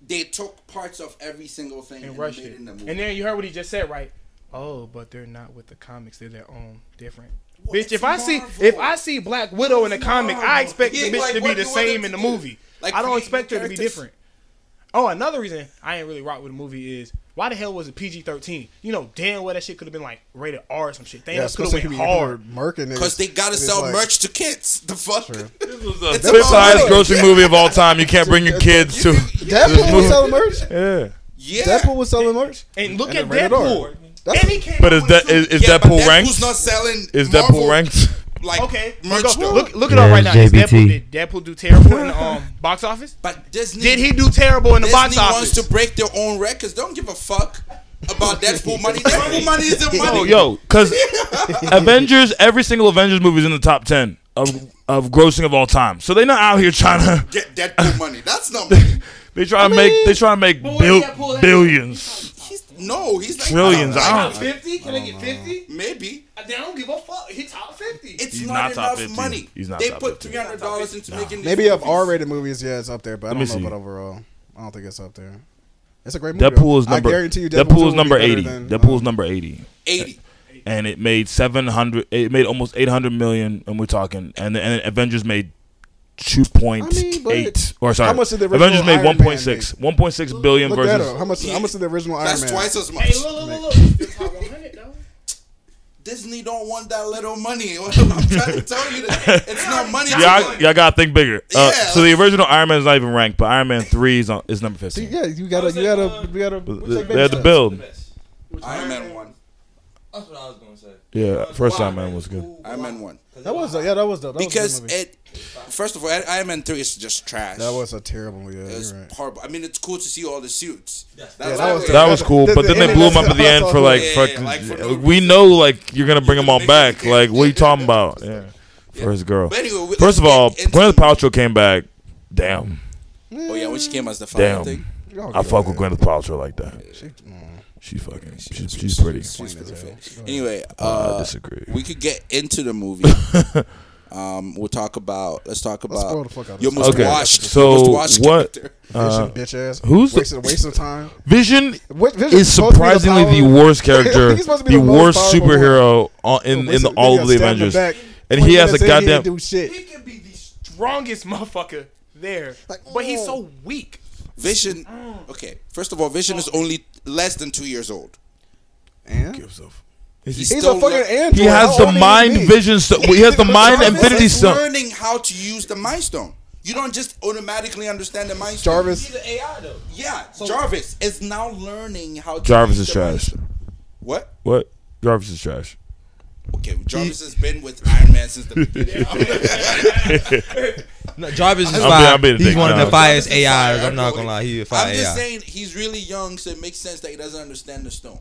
S1: They took parts of every single thing
S7: blah,
S1: and,
S7: and rush
S1: made
S7: it.
S1: it in the movie.
S7: and then you heard what he just said, right? Oh, but they're not with the comics. They're their own different.
S1: Well,
S7: bitch,
S1: it's
S7: if I see
S1: Marvel.
S7: if I see Black Widow in the
S1: It's
S7: comic, I
S1: Marvel.
S7: expect
S1: Yeah,
S7: the bitch
S1: like,
S7: to
S1: what
S7: be
S1: do you
S7: the
S1: want
S7: same
S1: them
S7: in the
S1: to do?
S7: movie.
S1: Like,
S7: I don't
S1: create new
S7: expect her to be
S1: characters?
S7: different. Oh, another reason I ain't really rock with the movie is why the hell was it PG thirteen? You know damn well that shit could have been like rated R or some shit. They
S3: Yeah,
S7: could
S3: especially
S7: have
S3: if
S7: went
S3: you
S7: hard.
S3: hard murking
S1: Because they gotta sell
S3: like,
S1: merch to kids. The fuck?
S2: This was the
S1: a
S2: fifth highest
S1: movie.
S2: grossing movie of all time. You can't bring your kids to.
S3: Deadpool was selling merch.
S2: Yeah,
S1: Yeah.
S3: Deadpool was selling merch.
S7: And look
S3: And
S7: at
S3: the rated R.
S7: Deadpool.
S3: That's-
S7: and he came
S2: but
S7: out
S2: is
S7: with
S2: that
S7: two-
S2: is, is
S1: yeah, but
S2: Deadpool
S1: Deadpool's
S2: ranked?
S1: not selling.
S2: Is
S1: Marvel,
S2: Deadpool ranked?
S1: Like,
S7: Okay,
S1: merch
S7: look,
S1: though.
S7: look, look it up right now. Is
S5: JBT.
S7: Deadpool, did Deadpool do terrible in the um, box office?
S1: But Disney.
S7: Did he do terrible in the
S1: Disney
S7: box office?
S1: wants to break their own records. Don't give a fuck about Deadpool money. Deadpool money is their money.
S2: Oh, yo, because Avengers, every single Avengers movie is in the top ten of of grossing of all time. So they're not out here trying to.
S1: Get Deadpool money. That's not money.
S2: They try to make. They try to make bil- billions,
S1: He's, no, he's like
S2: trillions.
S1: I don't
S2: I
S1: know,
S2: don't.
S7: Fifty? Can I get fifty?
S1: maybe
S7: They don't give a fuck. He top fifty.
S1: it's
S2: He's
S1: not,
S2: not top
S1: enough
S2: 50.
S1: money.
S2: He's not
S1: they
S2: top
S1: put
S2: 50.
S1: three hundred dollars into making these
S3: Maybe of
S1: movies.
S3: R-rated movies, yeah, it's up there, but I
S2: me
S3: don't know
S2: see.
S3: about overall. I don't think it's up there. It's a great movie.
S2: Deadpool is
S3: I
S2: number.
S3: guarantee you
S2: Deadpool,
S3: two
S2: is
S3: will be
S2: number
S3: better
S2: eighty.
S3: than,
S2: Deadpool is
S3: um,
S2: number eighty,
S1: eighty.
S2: and it made seven hundred. It made almost eight hundred million, and we're talking. And and Avengers made two point eight
S3: I mean, but
S2: or sorry.
S3: how much did the original
S2: Avengers made
S3: Iron Man
S2: one point six. One point six billion
S3: Look that up. How
S2: versus.
S3: much? How much did the original
S1: That's
S3: Iron Man?
S1: twice as much.
S7: Hey, look, look, look, look. Still top 100, though.
S1: Disney don't want that little money. I'm trying to tell you that it's not money.
S2: Y'all, y'all gotta think bigger. Uh,
S1: Yeah.
S2: So the original Iron Man is not even ranked, but Iron Man three is on, is number fifteen.
S3: Yeah, you gotta, you
S1: uh,
S3: gotta, you gotta. what's that
S2: They had to
S3: baby
S4: The
S2: build.
S4: best.
S1: Iron Man one.
S4: That's what I was gonna say.
S2: Yeah, first Iron Man
S4: Wow,
S2: was good.
S4: cool.
S1: Iron Man one.
S3: stuff? That was, yeah, that was dope. That was
S1: Because
S3: a good movie.
S1: it, first of all, I- Iron Man three is just trash.
S3: that was a terrible movie. Yeah,
S1: It was
S3: you're right.
S1: horrible. I mean, it's cool to see all the suits. That's
S3: Yeah,
S1: why
S3: that was
S1: we-
S3: the-
S2: That was cool,
S3: The-
S2: but
S3: the
S2: then they
S3: ending
S2: blew
S3: of
S2: him up
S3: that-
S2: at the
S3: that's
S2: end
S3: all
S2: for like
S1: cool. Yeah,
S2: fucking.
S1: like, for no
S2: we know like you're gonna bring him on
S1: make
S2: back.
S1: it-
S2: Like what are you talking about? Yeah, first girl.
S1: But anyway, we-
S2: First of
S1: let's
S2: all,
S1: get into-
S2: Gwyneth Paltrow came back. Damn,
S1: Oh yeah, when she came as the fire
S2: damn.
S1: thing.
S3: Y'all
S2: I
S3: good.
S2: fuck with Gwyneth Paltrow like that.
S3: She- mm.
S2: She fucking. She's, she's pretty.
S1: She's pretty fit. Anyway,
S3: Oh,
S1: uh,
S2: I disagree.
S1: we could get into the movie. um, we'll talk about. Let's talk about.
S3: spoil the fuck out of
S1: your
S3: this.
S1: most
S2: Okay,
S1: watched.
S2: so
S1: your most watched
S2: what-
S1: character.
S3: Vision, bitch ass.
S2: uh, who's the-
S3: waste of, waste of time?
S2: Vision
S3: What, Vision
S2: is
S3: supposed to be
S2: surprisingly the,
S3: power-
S2: worst
S3: I
S2: character,
S3: think he's supposed to be
S2: the,
S3: the most
S2: worst
S3: powerful one.
S2: superhero on, in
S3: Waste
S2: in the,
S3: of-
S2: all
S3: nigga
S2: of the
S3: stabbed in
S2: Avengers,
S3: back.
S2: and
S3: Twenty
S2: he has a
S3: minutes in, he didn't
S2: goddamn.
S3: do shit.
S7: He could be the strongest motherfucker there,
S3: Like,
S7: but he's
S3: oh.
S7: so weak.
S1: Vision. Okay, first of all, Vision is only less than two years old.
S3: And?
S1: He's,
S3: He's
S1: still
S3: a fucking
S1: lear-
S3: android.
S2: He has
S3: How
S2: the
S3: old do you
S2: mind
S3: be?
S2: vision. St- he has the mind
S3: Jarvis
S2: infinity
S1: He's
S2: stone.
S1: learning how to use the Mind Stone. You don't just automatically understand the Mind Stone.
S3: Jarvis.
S4: The AI though.
S1: Yeah, Jarvis is now learning how. to
S2: Jarvis
S1: use
S2: is
S1: the Mind
S2: trash.
S1: Stone. What?
S2: What? Jarvis is trash.
S1: Okay, Jarvis has been with Iron Man since the beginning.
S5: No, Jarvis is
S2: I'm being-
S5: fire.
S2: I'm being a
S5: He's
S2: dick.
S5: one of
S2: No,
S5: the finest
S1: Jarvis is
S5: AIs.
S1: fire.
S5: I'm not gonna lie, he's a fire
S1: I'm just
S5: AI.
S1: saying he's really young, so it makes sense that he doesn't understand the stone.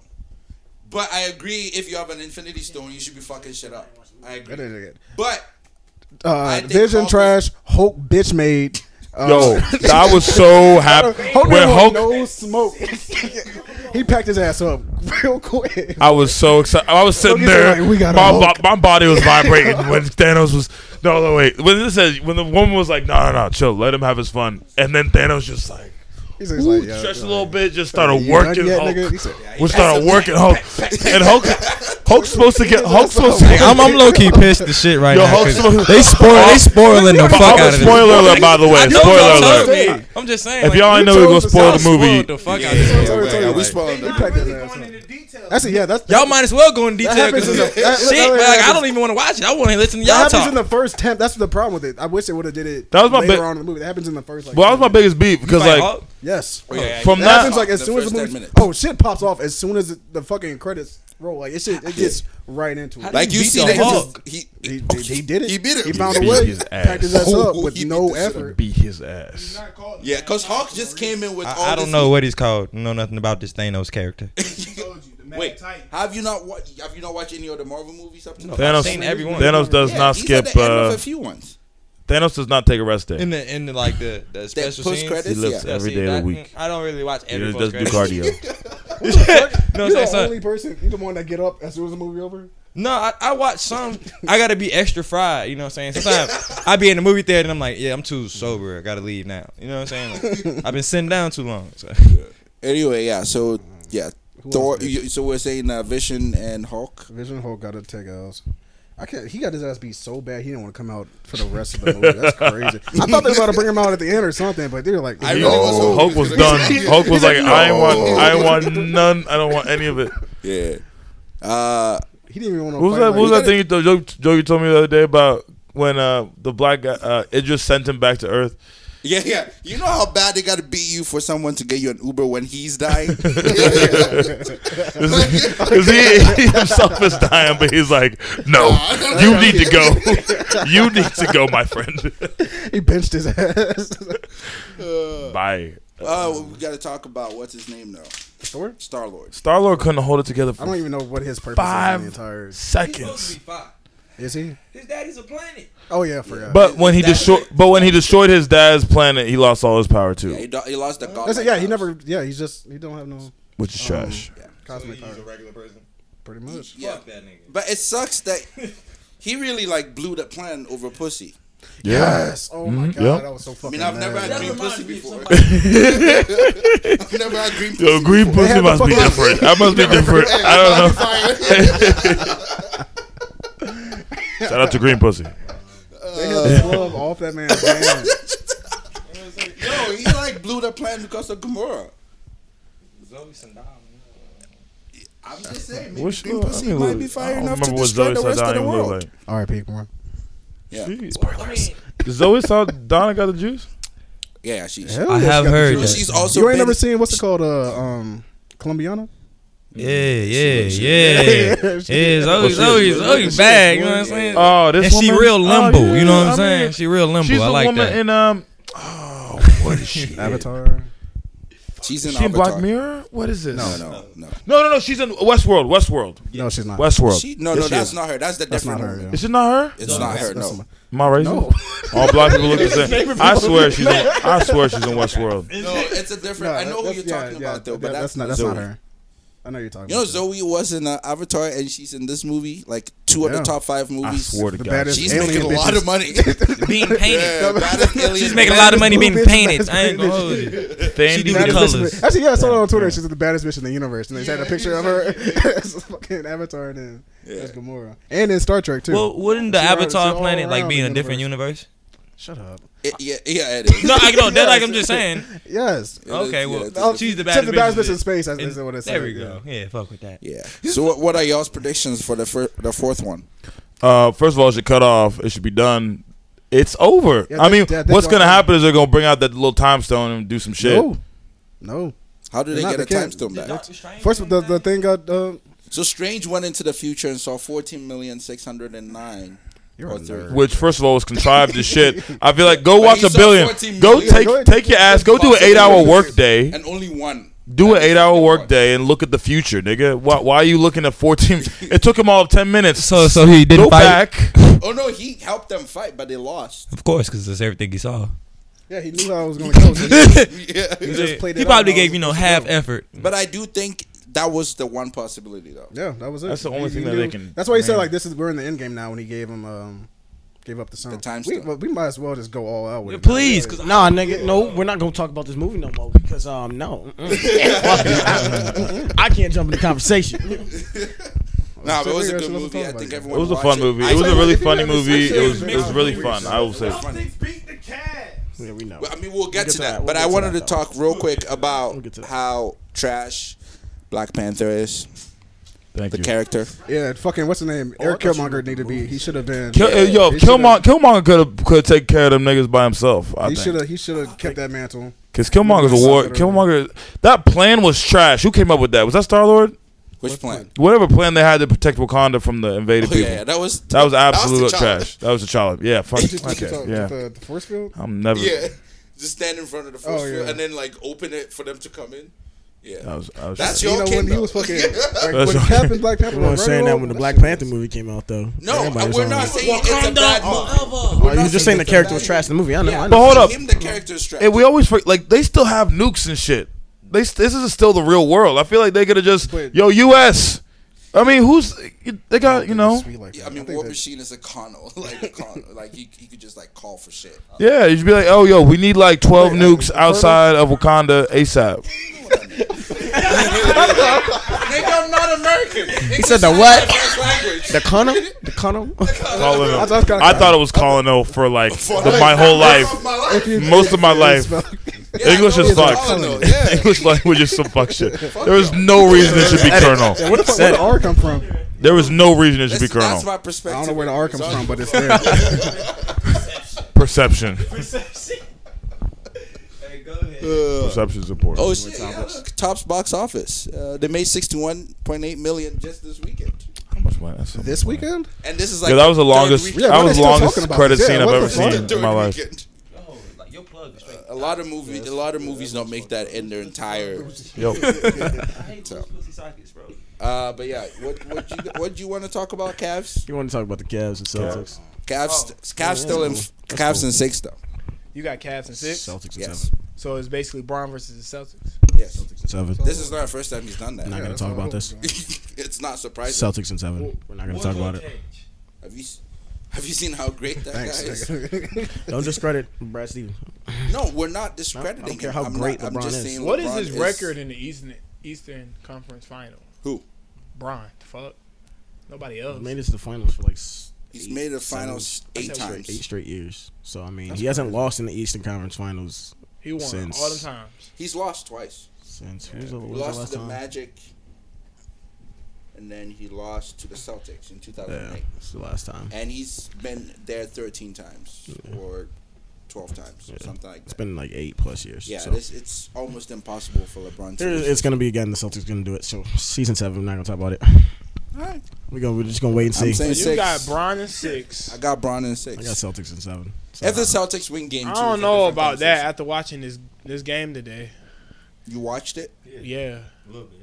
S1: But I agree. If you have an Infinity Stone, you should be fucking shit up. I
S3: That
S1: agree.
S3: ain't it.
S1: But
S3: Uh,
S1: think
S3: Vision
S1: Hulk-
S3: trash. Hulk bitch made. Uh,
S2: Yo, I was so happy
S3: Hulk
S2: when
S3: didn't want
S2: Hulk.
S3: no smoke. he packed his ass up real quick.
S2: I was so excited. I was sitting
S3: Look at
S2: there.
S3: him like, "We got a
S2: my, bo-
S3: Hulk."
S2: my body was vibrating when Thanos was. No, no, wait. When this says when the woman was like, "No, no, no, chill. Let him have his fun," and then Thanos just like
S3: He's just like, yo,
S2: stretched a
S3: yo,
S2: little bit, just started
S3: you
S2: working
S3: done yet,
S2: Hulk.
S3: nigga? He said,
S2: We started working Hulk, and Hulk, Hulk's supposed to get Hulk's supposed to.
S5: Like, I'm, I'm low key pissed the shit right
S2: Yo,
S5: now.
S2: Hulk
S5: 'cause
S2: Smash-
S5: They spoil, they spoiling the
S2: But
S5: fuck
S2: I'm a
S5: out of
S2: spoiler
S5: this.
S2: alert, by the way.
S5: know
S2: Spoiler
S5: y'all told
S2: alert.
S5: me.
S4: I'm just saying.
S2: If
S4: like,
S2: y'all ain't know we
S3: told
S2: gonna
S3: us
S2: spoil the
S4: spoiled
S2: movie,
S4: the fuck out
S1: Yeah,
S4: of
S1: yeah,
S4: this.
S1: yeah,
S3: Sorry,
S1: yeah,
S3: sorry,
S1: we
S3: sorry.
S1: spoiled
S3: He
S1: it.
S3: packed his
S7: really
S3: ass
S7: going
S3: up.
S7: into detail.
S3: That's a, yeah, that's
S5: Y'all might as well go in
S3: that
S5: detail
S3: happens in
S5: because
S3: the-
S5: shit,
S3: that- that
S5: like I
S3: happens-
S5: don't even want to watch it. I want to listen to
S3: That
S5: y'all
S3: happens
S5: talk.
S3: in the first temp. That's the problem with it. I wish it would have did it.
S2: That was my
S3: later
S2: big-
S3: on in the movie. That happens in the first. Like,
S2: well, that was my
S3: 10
S2: biggest beef because
S5: Like,
S2: like
S5: Hulk,
S3: Yes.
S1: Oh, yeah, yeah,
S2: From
S1: yeah.
S2: that-
S3: That happens like as
S1: The
S3: soon as the
S1: first 10
S3: movie.
S1: minutes.
S3: Oh shit! Pops off as soon as the fucking credits roll. Like it shit. It gets right into it.
S1: Like you
S5: beat
S1: see
S5: the
S1: that
S5: Hulk.
S1: he,
S3: he, he, he did it.
S1: He beat him.
S3: He found a
S2: beat
S3: way.
S2: his ass.
S3: Packed his ass
S1: Ooh,
S3: up
S1: ooh,
S3: with
S1: he
S3: no
S1: beat the shit
S3: effort.
S2: beat his ass.
S7: Not called
S1: yeah, because Hulk just came in with all
S5: I, I don't
S1: this-
S5: know what he's called. Know nothing about this Thanos character.
S7: I told you, the Mad
S1: Wait,
S7: Titan.
S1: have you not watched? Have you not watched any other Marvel movies up to now?
S5: I've
S2: Thanos,
S5: seen every one.
S2: Thanos does
S1: Yeah,
S2: not
S1: he's
S2: skip.
S1: At the end of
S2: Uh,
S1: a few E ones.
S2: Thanos does not take a rest day.
S5: In the in the like the the special
S1: post
S5: scenes.
S1: credits?
S2: He lifts
S1: Yeah,
S2: every
S5: see,
S2: day of the
S5: that-
S2: week.
S5: I don't really watch
S2: He
S5: every
S2: does do
S5: post-credits.
S2: cardio.
S5: No,
S3: You're
S5: so-
S3: the
S5: so-
S3: only person. You're the one that get up as soon as the movie over.
S5: no, I, I watch some. I gotta be extra fried. You know what I'm saying? Sometimes I be in the movie theater and I'm like, yeah, I'm too sober. I gotta leave now. You know what I'm saying? Like, I've been sitting down too long. So.
S1: Anyway, yeah. So yeah, Thor.
S3: else did?
S1: You, so we're saying uh, Vision and Hulk.
S3: Vision Hulk got to take L's. I can't. He got his ass beat so bad he didn't want to come out for the rest of the movie. That's crazy. I thought they were about to bring him out at the end or something, but they were like,
S1: I
S3: "No."
S1: really was hoping
S2: Hulk
S1: he
S2: was
S1: gonna-
S2: done. Hulk was like, I ain't want,
S1: No.
S2: I ain't want none. I don't want any of it.
S1: Yeah. Uh,
S3: He didn't even want to.
S2: What was
S3: fight,
S2: that?
S3: like-
S2: What was that thing you told, Joe, Joe? You told me the other day about when uh, the black guy uh, Idris sent him back to Earth.
S1: yeah, yeah. You know how bad they got to beat you for someone to get you an Uber when he's dying.
S2: Because he, he himself is dying, but he's like, no, you need to go. you need to go, my friend.
S3: He benched his ass.
S5: Uh.
S2: Bye.
S1: Oh, we got to talk about what's his name though.
S3: Thor?
S1: Star Lord.
S2: Star Lord couldn't hold it together
S3: I don't
S2: for
S3: even know what his purpose
S2: Five.
S3: is in the entire.
S2: seconds.
S3: Is he?
S4: His daddy's a planet.
S3: Oh yeah, I forgot.
S2: But when he destroyed, but when he destroyed his dad's planet, he lost all his power too,
S1: He, do- he lost the god.
S3: That's it, yeah, he never. Yeah, he's just he don't have no
S2: which is
S1: Um,
S2: trash.
S3: cosmic power.
S4: regular person.
S3: Pretty much.
S1: Yeah,
S4: Fuck that nigga.
S1: but it sucks that he really like blew the plan over pussy.
S3: Yes. Oh my
S2: Mhm,
S3: god,
S2: yep.
S3: that was so
S1: I
S3: fucking.
S1: mean, I've never
S3: mad.
S1: had green
S4: reminds
S1: pussy
S4: me of
S1: before.
S4: somebody.
S1: I've never had green pussy.
S2: Yo, green
S3: had
S2: pussy
S3: the
S2: must be
S3: fucking-
S2: different. I must be different. I don't know. Shout out to green pussy.
S3: They had the glove off that man's hand.
S1: Yo, he like blew the plan because of Gamora.
S4: Zoe Sandal.
S1: I'm just saying, maybe
S2: What's-
S1: green
S2: I
S1: pussy
S5: uh,
S2: mean,
S1: might be
S2: I
S1: fire
S2: don't
S1: enough to
S2: remember what
S1: destroy
S2: Zoe
S1: the rest of the
S2: Saldana looked
S1: world.
S2: like.
S3: R.I.P. Kumar.
S1: Yeah,
S2: Spoilers. Zoe Saldana got the juice.
S1: yeah, she.
S3: Hell
S5: I
S3: yeah, she got
S5: have
S3: the
S5: heard
S3: juice.
S5: that.
S1: She's also.
S3: You ain't
S1: been-
S3: never seen what's it called? Uh, um, Colombiana.
S5: Yeah, yeah, yeah.
S3: Yeah, she-
S5: Yeah, Zoe,
S2: she-
S5: Zoe, Zoe
S3: she-
S5: bad. You know what I'm saying?
S2: Oh, this
S5: and she
S2: woman?
S5: real limbo.
S2: Oh, yeah,
S5: you know what I'm
S2: I
S5: saying?
S2: mean,
S5: she real limbo.
S2: She's
S5: I
S2: the
S5: like
S2: woman
S5: that.
S2: in um. Oh, what is she?
S3: Avatar.
S1: She's in
S2: She in
S1: Avatar.
S2: Black Mirror? What is this?
S1: No, no, no.
S2: no, no, no. She's in Westworld. Westworld.
S3: No, she's not.
S2: Westworld.
S1: She, no, no,
S2: Yes, she
S1: that's
S2: is.
S1: not her. That's the
S3: That's
S1: different
S3: not her.
S1: woman.
S3: yeah.
S2: Is it not her?
S1: It's not her.
S3: That's
S1: No.
S2: Am I racist?
S3: No.
S2: All black people look the same. I swear she's. In, I swear she's in Westworld.
S1: No, it's a different. I know who
S3: that's-
S1: you're
S3: yeah,
S1: talking
S3: yeah,
S1: about though,
S3: that-
S1: but
S3: that's not. That's not her. I know you're talking.
S1: You know,
S3: about her.
S1: Zoe was in uh, Avatar, and she's in this movie, like two of the
S3: Yeah.
S1: top five
S2: I
S1: movies.
S2: swear to
S3: The
S2: God.
S3: baddest-
S1: She's
S3: Alien
S1: making a lot
S3: bitches.
S1: of money.
S5: being painted.
S1: Yeah, baddest alien
S5: She's making a lot of money being
S3: Bitch,
S5: painted.
S3: that's
S5: I ain't gonna
S3: bitch.
S5: hold you.
S2: Thandy
S5: do
S2: with
S5: the
S2: the-
S5: colors.
S3: bitch. Actually, yeah, I saw it on Twitter. She's the baddest bitch in the universe, and they had a picture of her. It's a fucking Avatar and then that's Gamora, and in Star Trek too.
S5: Well, wouldn't the
S3: She all- she
S5: Avatar
S3: all
S5: planet like
S3: around
S5: be in
S3: the
S5: a different universe?
S3: Shut up.
S1: It- yeah, yeah, it is.
S5: No, I don't. That's like I'm
S3: Yes.
S5: just saying.
S3: Yes.
S1: It is,
S5: Okay,
S1: yeah,
S5: well,
S1: it's a-
S5: she's the
S3: Except
S5: baddest.
S3: the baddest
S5: bitch
S3: bitch in space. That's,
S5: in-
S3: that's what it said.
S5: There we
S3: yeah.
S5: go. Yeah, fuck with that.
S1: Yeah. So what, what are y'all's predictions for the fir- the fourth one?
S2: Uh, first of all, it should cut off. It should be done. It's over.
S3: Yeah,
S2: I
S3: that-
S2: mean,
S3: that- that's
S2: what's gonna
S3: all-
S2: happen is they're gonna bring out that little time stone and do some shit.
S3: No. No.
S1: How do they
S3: Not
S1: get
S3: the
S1: a time
S3: kid.
S1: stone back?
S3: First, the the thing got. Uh,
S1: So Strange went into the future and saw fourteen million six hundred and nine.
S3: You're a
S1: Or three.
S3: nerd.
S2: Which, first of all, was contrived as shit. I feel like go
S1: But
S2: watch
S1: he
S2: a
S1: saw
S2: billion.
S1: 14
S2: Go
S1: million.
S2: take
S3: Go ahead.
S2: take your ass. Go do an eight hour work day.
S1: and only one.
S2: Do an eight hour work day and look at the future, nigga. Why, why are you looking at fourteen? It took him all of ten minutes.
S5: So, so he didn't
S2: go
S5: fight.
S2: back.
S1: Oh no, he helped them fight, but they lost.
S5: Of course, because that's everything he saw.
S3: Yeah, he knew how I was going to go. so He
S1: yeah.
S3: he just played it.
S5: He
S3: out
S5: probably
S3: how I
S5: gave
S3: was-
S5: you know half effort.
S1: But I do think that was the one possibility, though.
S3: Yeah, that was it.
S2: That's the only
S3: He-
S2: thing
S3: he
S2: that
S3: knew-
S2: they can
S3: That's why he said
S2: name.
S3: like this is we're in the end game now. When he gave him um, gave up the song.
S1: The time
S3: we,
S1: stone.
S3: well, we might as well just go all out with it. now.
S5: Please, because
S8: Nah, nigga, no, we're not gonna talk about this movie no more because um, no, Mm-mm. I can't jump in the conversation.
S1: Nah, but it was a
S3: Let's
S1: good
S3: talk
S1: movie. I
S3: about
S1: think
S3: it.
S2: It
S1: everyone.
S2: was a
S1: watch
S2: fun movie. It was
S1: I-
S2: a really
S3: if you
S2: funny
S3: haven't seen
S2: movie. It
S3: Shazam,
S2: was it was really fun. I will say. that.
S7: Celtics beat the Cavs.
S8: Yeah, we know.
S1: I mean, we'll get, to, that,
S8: We'll
S1: but
S8: get
S1: I
S8: to
S1: wanted
S8: that,
S1: to
S8: though.
S1: talk real quick about
S8: get to that.
S1: how trash Black Panther is,
S2: Thank
S1: the
S2: you.
S1: character.
S3: Yeah, fucking what's the name? Eric Killmonger need to be. He should have been.
S2: Kill, uh, yo,
S3: They
S2: Killmonger, Killmonger could have could take care of them niggas by himself. I
S3: He should
S2: think
S3: have. He should have kept that mantle.
S2: because Killmonger's a war. Killmonger, that plan was trash. Who came up with that? Was that Star Lord?
S1: Which plan?
S2: Whatever plan they had to protect Wakanda from the invaded
S1: Oh,
S2: people.
S1: yeah, that was
S2: That was
S1: the
S2: absolute
S1: child.
S2: trash. That was a child. Yeah, fuck.
S3: Just,
S2: okay,
S3: just,
S2: yeah.
S3: uh, The, the force field.
S2: I'm never.
S1: Yeah, just stand in front of the force
S3: Oh,
S1: field
S3: yeah.
S1: and then like open it for them to come in. Yeah,
S2: That was, that was
S1: That's
S2: trash.
S1: your
S3: you know
S1: kid,
S3: when he
S1: though.
S3: was fucking like,
S2: That's
S3: when
S2: right.
S3: Cap and Black Panther.
S8: We weren't
S3: was
S8: saying
S3: running
S8: that
S3: on,
S8: when the
S3: that
S8: Black
S3: shit-
S8: Panther movie came out, though.
S1: no,
S8: Everybody was
S1: we're
S8: on
S1: not
S8: it.
S1: saying it's a bad movie.
S8: Oh, you were just saying the character was trash in the movie. I know. I know.
S2: But hold up.
S1: Him, the character is trash.
S2: Hey, we always for- like they still have nukes and shit. They st- this is still the real world. I feel like they could have just
S3: But-
S2: yo U.S. I mean, who's they got? You know,
S3: Sweet like
S1: Yeah,
S3: that.
S1: I mean,
S3: think
S1: War
S3: that-
S1: Machine is a conno, like a conno. like he, he could just like call for shit.
S2: yeah. You'd be like, oh yo, we need like twelve
S3: Wait,
S2: nukes
S3: uh,
S2: outside of Wakanda ASAP.
S1: Nigga, I'm not American. He
S8: said the what?
S1: Language.
S8: The Connor? The Connor?
S2: Calling
S3: I
S2: them.
S3: thought it was
S2: I thought it was calling though for like the- my whole life,
S1: My life.
S2: most of my life.
S1: Yeah,
S2: English
S1: I know
S2: is
S1: what you're
S2: sucks.
S1: calling though, Yeah.
S2: English language is some fuck shit. There is no reason it should be
S3: Yeah,
S2: colonel.
S3: where the fuck where the R come from?
S2: There is no reason it should be
S1: That's, that's
S2: colonel.
S1: my perspective.
S3: I don't know where the R comes
S1: It's
S3: from,
S1: all-
S3: but it's there.
S2: Perception.
S4: Hey, go ahead.
S2: Perception is important.
S1: Oh shit! Yeah, look, Tops box office. Uh, they made sixty-one point eight million just this weekend,
S2: How much money? That's so
S3: This
S2: much money.
S3: weekend?
S1: and this is like
S2: yeah, that was the
S1: third
S2: longest.
S1: weekend.
S3: Yeah,
S2: that
S3: why
S2: was
S3: they
S2: the
S3: still
S2: longest
S3: talking about
S2: credit
S3: this? Yeah,
S2: scene I've
S3: what the
S2: ever
S3: fuck?
S2: seen
S1: Third
S2: in my life.
S1: weekend.
S4: No, like your plug is straight.
S1: A lot of movies, a lot of movies don't make that in their entire.
S2: Yo,
S4: I hate those pussy sockets, bro.
S1: Uh, but yeah, what what you what you want to talk about? Cavs,
S8: You want to talk about the Cavs and Celtics?
S4: Oh.
S1: Cavs, Cavs still in Cavs in six though.
S7: You got Cavs and six.
S8: Celtics and
S1: Yes,
S7: So it's basically Braun versus the Celtics.
S1: yes.
S8: seven. Seven.
S1: This is not the first time he's done that.
S8: Not gonna talk about this.
S1: it's not surprising.
S8: Celtics and seven. We're not gonna talk about it.
S1: Have you s- have you seen how great that
S3: Thanks.
S1: guy is?
S3: nigga.
S8: Don't discredit Brad Stevens.
S1: No, we're not discrediting.
S8: I don't care
S1: him.
S8: how
S1: I'm
S8: great
S1: not, I'm
S8: LeBron
S1: just
S8: is.
S1: saying
S7: What is
S1: LeBron
S7: his record in the Eastern Eastern Conference Final?
S1: Who?
S7: Braun. The fuck. Nobody else.
S8: Made it to the finals for like s-
S1: He's made the finals eight
S8: eight straight, eight
S1: times.
S8: straight years. So I mean, he hasn't lost in the Eastern Conference Finals
S7: He won
S8: Since-
S7: all the times.
S1: He's lost twice.
S8: since who was the,
S1: He
S8: what was the
S1: lost
S8: last
S1: to the
S8: time?
S1: Magic, and then he lost to the Celtics in
S8: Yeah,
S1: 2008.
S8: it's the last time.
S1: And he's been there 13 times or 12 times, or something like
S8: It's
S1: that.
S8: been like eight plus years.
S1: yeah,
S8: so.
S1: this, it's almost impossible for LeBron to.
S8: There-
S1: lose.
S8: it's gonna be again. The Celtics gonna do it. So season seven, we're not gonna talk about it.
S1: Alright.
S8: We're gonna we're just gonna wait and see.
S1: I'm saying
S7: You
S1: six.
S7: got Braun and six.
S1: I got Bron in
S8: I got
S1: six.
S8: Celtics in seven. So,
S1: If the Celtics win game two,
S7: I
S1: it's
S7: don't
S1: a
S7: know
S1: different
S7: about that
S1: conversation.
S7: after watching this this game today.
S1: You watched it?
S7: Yeah.
S4: A little bit.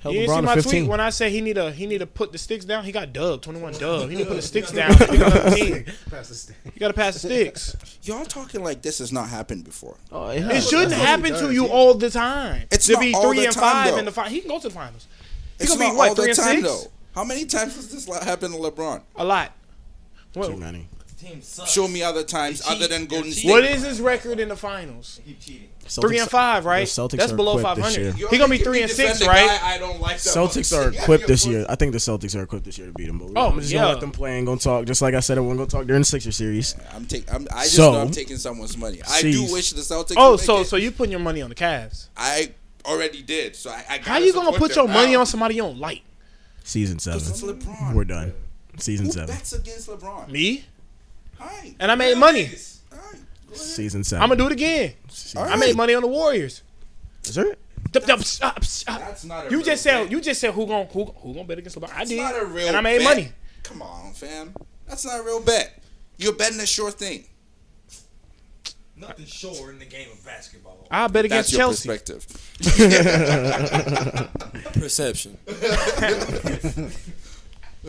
S8: hell,
S7: you didn't
S8: LeBron
S7: see
S8: in
S7: my
S8: 15.
S7: tweet when I say he need a he need to put the sticks down. He got dub twenty one dub. He need to put the sticks down. to pick up the team.
S3: Pass the stick.
S7: You gotta pass the sticks.
S1: Y'all talking like this has not happened before.
S8: Oh, yeah.
S7: It shouldn't happen to you all the time.
S1: It's
S7: to
S1: not
S7: be
S1: all
S7: three
S1: the
S7: and
S1: time,
S7: five
S1: though.
S7: in the final. He can go to the finals. He
S1: It's
S7: gonna
S1: not
S7: be, what,
S1: all the
S7: three and
S1: time
S7: six?
S1: though. How many times has this li- happened to LeBron?
S7: A lot. What,
S8: Too many.
S4: Team sucks.
S1: Show me other times
S4: They cheat.
S1: other than
S4: They
S1: Golden
S4: cheat.
S1: State.
S7: what is his record in the finals?
S4: Keep cheating.
S7: Three and five, right?
S8: The Celtics
S7: That's
S8: are
S7: below
S8: equipped
S7: five
S8: this
S7: hundred.
S8: year.
S7: He gonna be three and six, right?
S1: I don't like that
S8: Celtics are equipped this year. I think the Celtics are equipped this year to beat them. But
S7: Oh,
S8: I'm just gonna
S7: yeah.
S8: let them play and gonna talk. Just like I said, we're gonna talk during the Sixer series.
S1: I'm taking. I'm, I just
S8: So-
S1: know I'm taking someone's money. I
S8: Cease.
S1: do wish the Celtics.
S7: Oh,
S1: would make
S7: so
S1: it.
S7: so you putting your money on the Cavs?
S1: I already did. So I. I
S7: How you gonna
S1: gotta
S7: put your
S1: support them
S7: money
S1: now.
S7: on somebody you don't like?
S8: Season
S1: It's
S8: seven.
S1: LeBron.
S8: We're done. Season
S1: Ooh,
S8: seven.
S1: That's against LeBron.
S7: Me?
S1: All right.
S7: And I made money.
S1: All right. Go ahead.
S8: Season seven.
S7: I'm gonna do it again.
S8: Season-
S7: I made money on the Warriors.
S8: Is there?
S7: Dup, dup, psh, ah, psh, ah.
S1: That's not a
S7: You
S1: real
S7: just said
S1: bet.
S7: you just said who gon' who who gonna bet against LeBron? I
S1: That's
S7: did,
S1: not a real
S7: and I made
S1: bet.
S7: money.
S1: Come on, fam. That's not a real bet. You're betting a sure thing.
S4: Nothing sure in the game of basketball.
S7: I bet
S1: That's
S7: against
S1: your
S7: Chelsea.
S1: perspective.
S6: Perception.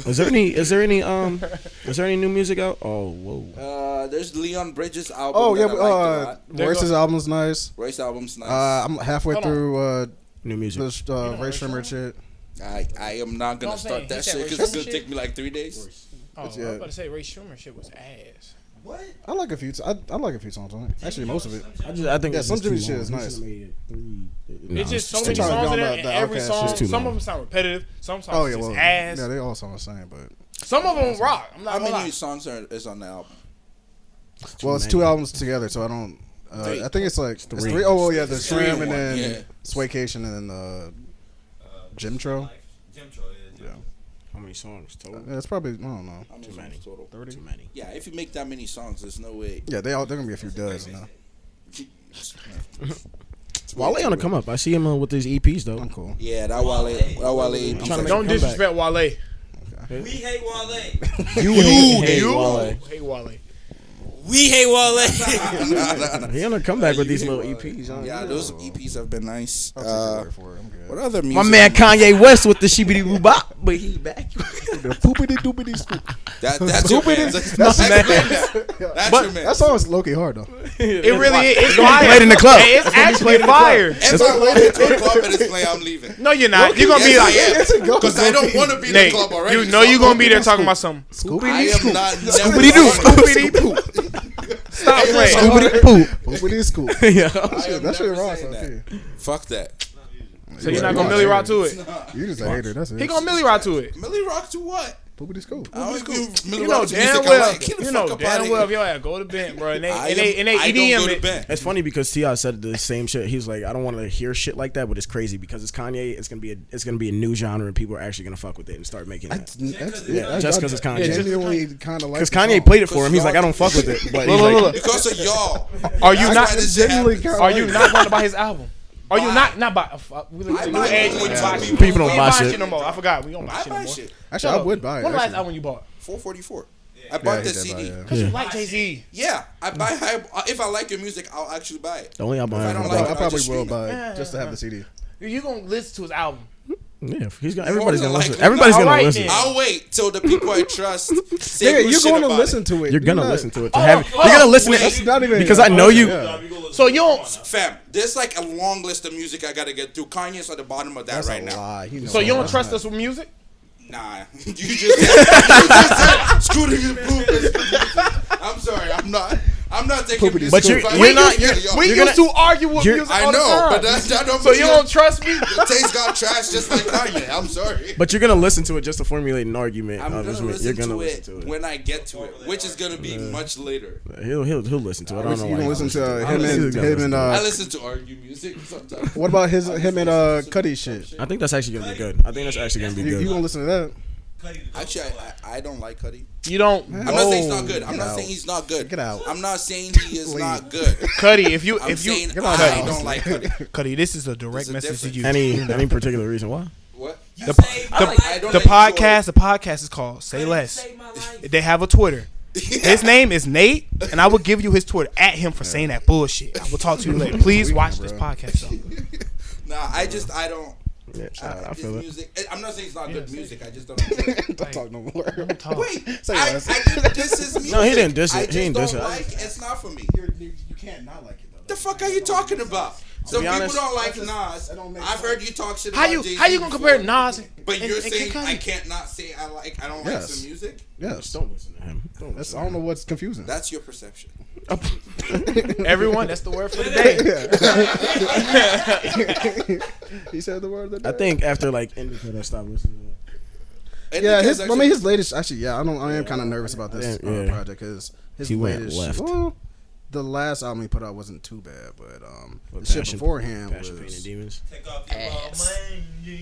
S8: Is there any? Is there any? Um, is there any new music out? Oh, whoa.
S1: Uh, there's Leon Bridges album.
S3: Oh yeah,
S1: that I liked a
S3: uh,
S1: lot.
S3: Royce's album's nice.
S1: Royce album's nice.
S3: Uh, I'm halfway
S7: Hold on.
S3: through uh,
S8: New music.
S3: this uh, Ray Shrimmer shit.
S1: I, I am not gonna
S7: No, I'm
S1: start
S7: saying,
S1: that
S7: he said
S1: shit because
S7: Royce
S1: it's gonna
S7: shit.
S1: take me like three days.
S7: Oh, I
S3: yeah.
S7: was about to say Ray Schumer shit was ass.
S3: I like a few. T- I, I like a few songs on it. Actually, most of it.
S8: I just I think
S3: Yeah,
S8: it's
S3: some
S8: just too
S3: Jimmy shit
S8: long.
S3: is
S8: We
S3: nice.
S8: should've made it three-
S7: it's just so
S8: too
S7: many
S3: too
S8: long.
S3: long. Talking
S7: songs in there,
S3: about
S7: and
S3: the
S7: every
S3: Outkast
S7: song,
S8: shit's too
S7: some
S8: long.
S7: of them sound repetitive, some songs
S3: Oh yeah,
S7: just
S3: well,
S7: ass,
S3: yeah, they all sound the same, but
S7: some of them rock. I'm not
S1: How
S7: gonna lie.
S1: many songs are is on the album?
S3: well, it's two albums together, so I don't. Uh,
S1: Three.
S3: I think it's like it's
S8: three.
S3: three. Oh well, yeah, the
S1: It's three
S3: Shrim
S1: and
S3: and
S1: one,
S3: then
S1: yeah.
S3: Swaycation and then the Jim Tro.
S4: Jim Troy, yeah.
S3: Yeah.
S8: How many songs? Total?
S3: Yeah, it's probably I don't know.
S1: How many songs total?
S8: Too many.
S1: Yeah, if you make that many songs, there's no way.
S3: Yeah, they all they're gonna be a few duds. You know?
S8: Wale on the come up. I see him uh, with his EPs though.
S3: I'm cool.
S1: Yeah, that Wale, that Wale. E
S8: trying to
S7: Don't
S8: make a comeback.
S7: disrespect Wale.
S4: We hate Wale.
S8: You,
S1: hate
S8: Wale.
S7: Hey Wale.
S4: We hate Wale.
S1: Nah, nah, nah.
S8: He on the comeback with these
S1: You hate
S8: little
S1: Wale.
S8: EPs. huh?
S1: Yeah, those EPs have been nice.
S3: I'll take your
S1: Uh,
S3: word for it. I'm good.
S1: what other music?
S8: My man Kanye West with the shibidi bop, but he back.
S3: poopity doopity scoop.
S1: That, that's your man. That's, your man. That's your man.
S3: That song is low key hard though.
S7: It really is. It's fire.
S8: played in the club.
S7: Hey, it's actually fire.
S1: If I went into a club and it's playing, I'm leaving.
S7: No, you're not. You're gonna be
S1: Yes,
S7: like,
S1: I am.
S3: It's a go-
S1: Cause I don't want to be in the
S7: Nate,
S1: club already.
S7: you know
S1: so
S7: you're
S1: I'm
S7: gonna be there talking about something.
S1: I
S3: Scoopity
S1: am
S3: scoop.
S1: not.
S8: Scoopity doo.
S7: Stop playing.
S8: Scoopity poop.
S3: Poopity scoop.
S8: Yeah.
S1: I am
S3: That shit
S1: never
S3: raw.
S1: saying
S3: so
S1: that.
S3: yeah.
S1: Fuck that.
S7: So you're not gonna Millie Rock to it.
S3: You just a hater. That's it.
S7: He gonna Millie Rock to it.
S1: Millie Rock to what?
S3: Poopity scoop.
S1: I don't give Millie
S7: You know
S1: Rock to music.
S7: damn
S1: I
S7: well.
S1: like. Get the
S7: You know
S1: fuck up out of
S7: damn well. If
S1: here.
S7: your ass go to bed, bro, and they
S1: I
S7: and they
S1: am-
S7: and they
S1: I don't
S7: EDM
S1: go to
S7: it.
S1: bed.
S8: It's funny because Ti said the same shit. He's like, I don't want to hear shit like that, but it's crazy because it's Kanye. It's gonna be a, it's gonna be a new genre, and people are actually gonna fuck with it and start making
S3: That's,
S8: it.
S3: that's, yeah, that's-
S8: Just 'cause it's Kanye.
S3: I genuinely kind of like
S8: Because
S3: the
S8: Kanye
S3: song.
S8: played it for him. He's like, I don't fuck with it. But he's
S7: look,
S8: like,
S7: look.
S1: Because of y'all.
S7: Are
S1: That's
S7: you not?
S1: why this shit
S3: Genuinely
S1: happens.
S3: kinda
S7: Are you
S3: like-
S7: not going to buy his album? Are you
S1: Buy.
S7: not not buy? uh, fuck, we look
S1: I
S7: at new
S1: buy
S7: age
S1: it.
S7: when you
S1: Yeah.
S7: buy
S1: People
S7: shit.
S8: don't
S7: We ain't
S8: buy
S7: buying
S8: shit.
S7: no more. I forgot. We don't buy
S1: I
S7: shit no
S1: buy
S7: more.
S1: shit.
S3: Actually, I would buy it.
S7: When the last
S3: actually.
S7: album you bought?
S1: 444. I bought the
S3: he did buy
S1: CD.
S3: it, yeah.
S7: Cause you like Jay Z.
S1: Yeah, I buy. I, if I like your music, I'll actually buy it.
S8: the only album
S1: If
S8: I
S1: I
S8: ever
S1: don't
S3: Well,
S1: like
S8: bought.
S1: it,
S3: I
S1: I'll
S3: probably
S1: just
S3: will
S1: stream it.
S3: buy it just to have the CD.
S7: You gonna listen to his album?
S8: Yeah, he's gonna, everybody's gonna
S1: like
S8: listen.
S1: it.
S8: Everybody's gonna
S7: Alright
S8: listen.
S7: then.
S1: I'll wait till the people I trust. Say
S3: Yeah,
S1: good
S3: you're
S1: shit
S3: going to
S1: about
S3: listen
S1: it.
S3: to it.
S8: You're gonna
S3: not-
S8: listen to it. To
S7: Oh,
S8: have,
S7: oh,
S8: you're gonna listen to
S7: wait.
S8: it.
S3: That's not even
S8: Because I know you-
S3: Yeah.
S7: So you don't.
S1: Fam, there's like a long list of music I gotta get through. Kanye's at the bottom of that
S3: That's
S1: right
S3: a
S1: now.
S3: lie. He knows
S7: So you don't
S3: that.
S7: trust us with music?
S1: Nah, you just, you just said scooting and I'm sorry, I'm not. I'm not taking.
S3: Poopity
S1: music
S8: But you're-
S1: advice.
S8: you're not-
S1: Yeah,
S8: you're-
S1: yeah.
S7: We
S8: You're
S7: used to argue with
S8: you're-
S7: music
S1: I
S7: all the
S1: know,
S7: time.
S1: but that, that don't.
S7: so you don't trust me?
S1: The taste got trash just like Kanye. I'm sorry.
S8: But you're gonna listen to it just to formulate an argument.
S1: I'm
S8: of
S1: gonna
S8: his
S1: listen,
S8: ma- you're gonna
S1: to,
S8: listen
S1: it
S8: to it.
S1: when I get to it, which is gonna be much later.
S8: He'll he'll he'll listen to it. I
S3: You
S8: don't know. why
S3: gonna
S8: he'll
S3: listen to uh,
S8: it.
S3: him
S8: He's
S3: and
S8: gonna
S3: him and
S8: listen to it.
S1: I
S3: uh,
S1: listen to argue music sometimes.
S3: what about his him and uh Cuddy shit?
S8: I think that's actually gonna be good. I think that's actually gonna be
S3: You, you
S8: good.
S3: gonna listen to that?
S1: Actually, I, I, I don't like Cuddy.
S7: You don't,
S1: I'm not saying he's
S7: Oh,
S1: not good. I'm
S3: get
S1: not
S3: out.
S1: saying he's not good.
S3: Get out.
S1: I'm not saying he is not good.
S7: Cuddy. If you
S1: I'm
S7: if
S1: saying
S7: you
S1: I don't like Cuddy.
S7: Cuddy, this is a
S1: There's
S7: direct
S1: a
S7: message to
S1: difference.
S7: you.
S8: Any any particular reason why?
S1: What?
S7: The, the, the podcast, the podcast is called Say Less. They have a Twitter. His name is Nate, and I will give you his Twitter at him for saying that bullshit. I will talk to you later. Please watch this podcast. Though.
S1: Nah, I just I don't.
S8: Yeah,
S3: Ah,
S8: I, I
S1: His
S8: feel it.
S1: music. I'm not saying it's not good music. I just don't. enjoy it.
S3: Don't talk no more.
S1: Wait,
S3: Say
S1: I, I
S3: less.
S1: didn't diss his music.
S8: No, he didn't diss it.
S1: I
S8: He
S1: just
S8: didn't
S1: don't
S8: diss it. I
S1: like. It's not for me.
S3: You can't not like it though.
S1: The fuck are you talking about? Some
S8: be
S1: people
S8: honest,
S1: don't like
S3: just-
S1: Nas.
S3: that don't make
S1: I've heard you talk shit.
S7: How
S1: about
S7: you
S1: Jay-Z
S7: how you gonna compare
S1: before,
S7: Nas? And,
S1: But
S7: and-
S1: you're
S7: and Kid
S1: saying
S7: Cudi?
S1: I can't not say I like. I don't like
S3: Yes.
S1: some music.
S3: Yes.
S8: Don't listen to him. Don't
S3: That's
S8: listen.
S3: I don't know what's confusing.
S1: That's your perception.
S7: Everyone, that's the word for the day.
S3: he said the word. That
S8: I think after like Indica, I stopped listening. to it.
S1: And
S3: Yeah,
S1: because
S3: his. I
S1: actually-
S3: mean, his latest. Actually, yeah, I don't. I am kind of nervous about this
S8: Yeah,
S3: uh,
S8: yeah.
S3: project because his
S8: He went
S3: latest.
S8: left.
S3: well, the last album he put out wasn't too bad, but um,
S8: But
S3: the shit
S8: Passion-
S3: beforehand
S8: Passion, Pain, and
S3: was
S8: Demons.
S4: Take off your ass.
S8: Yeah,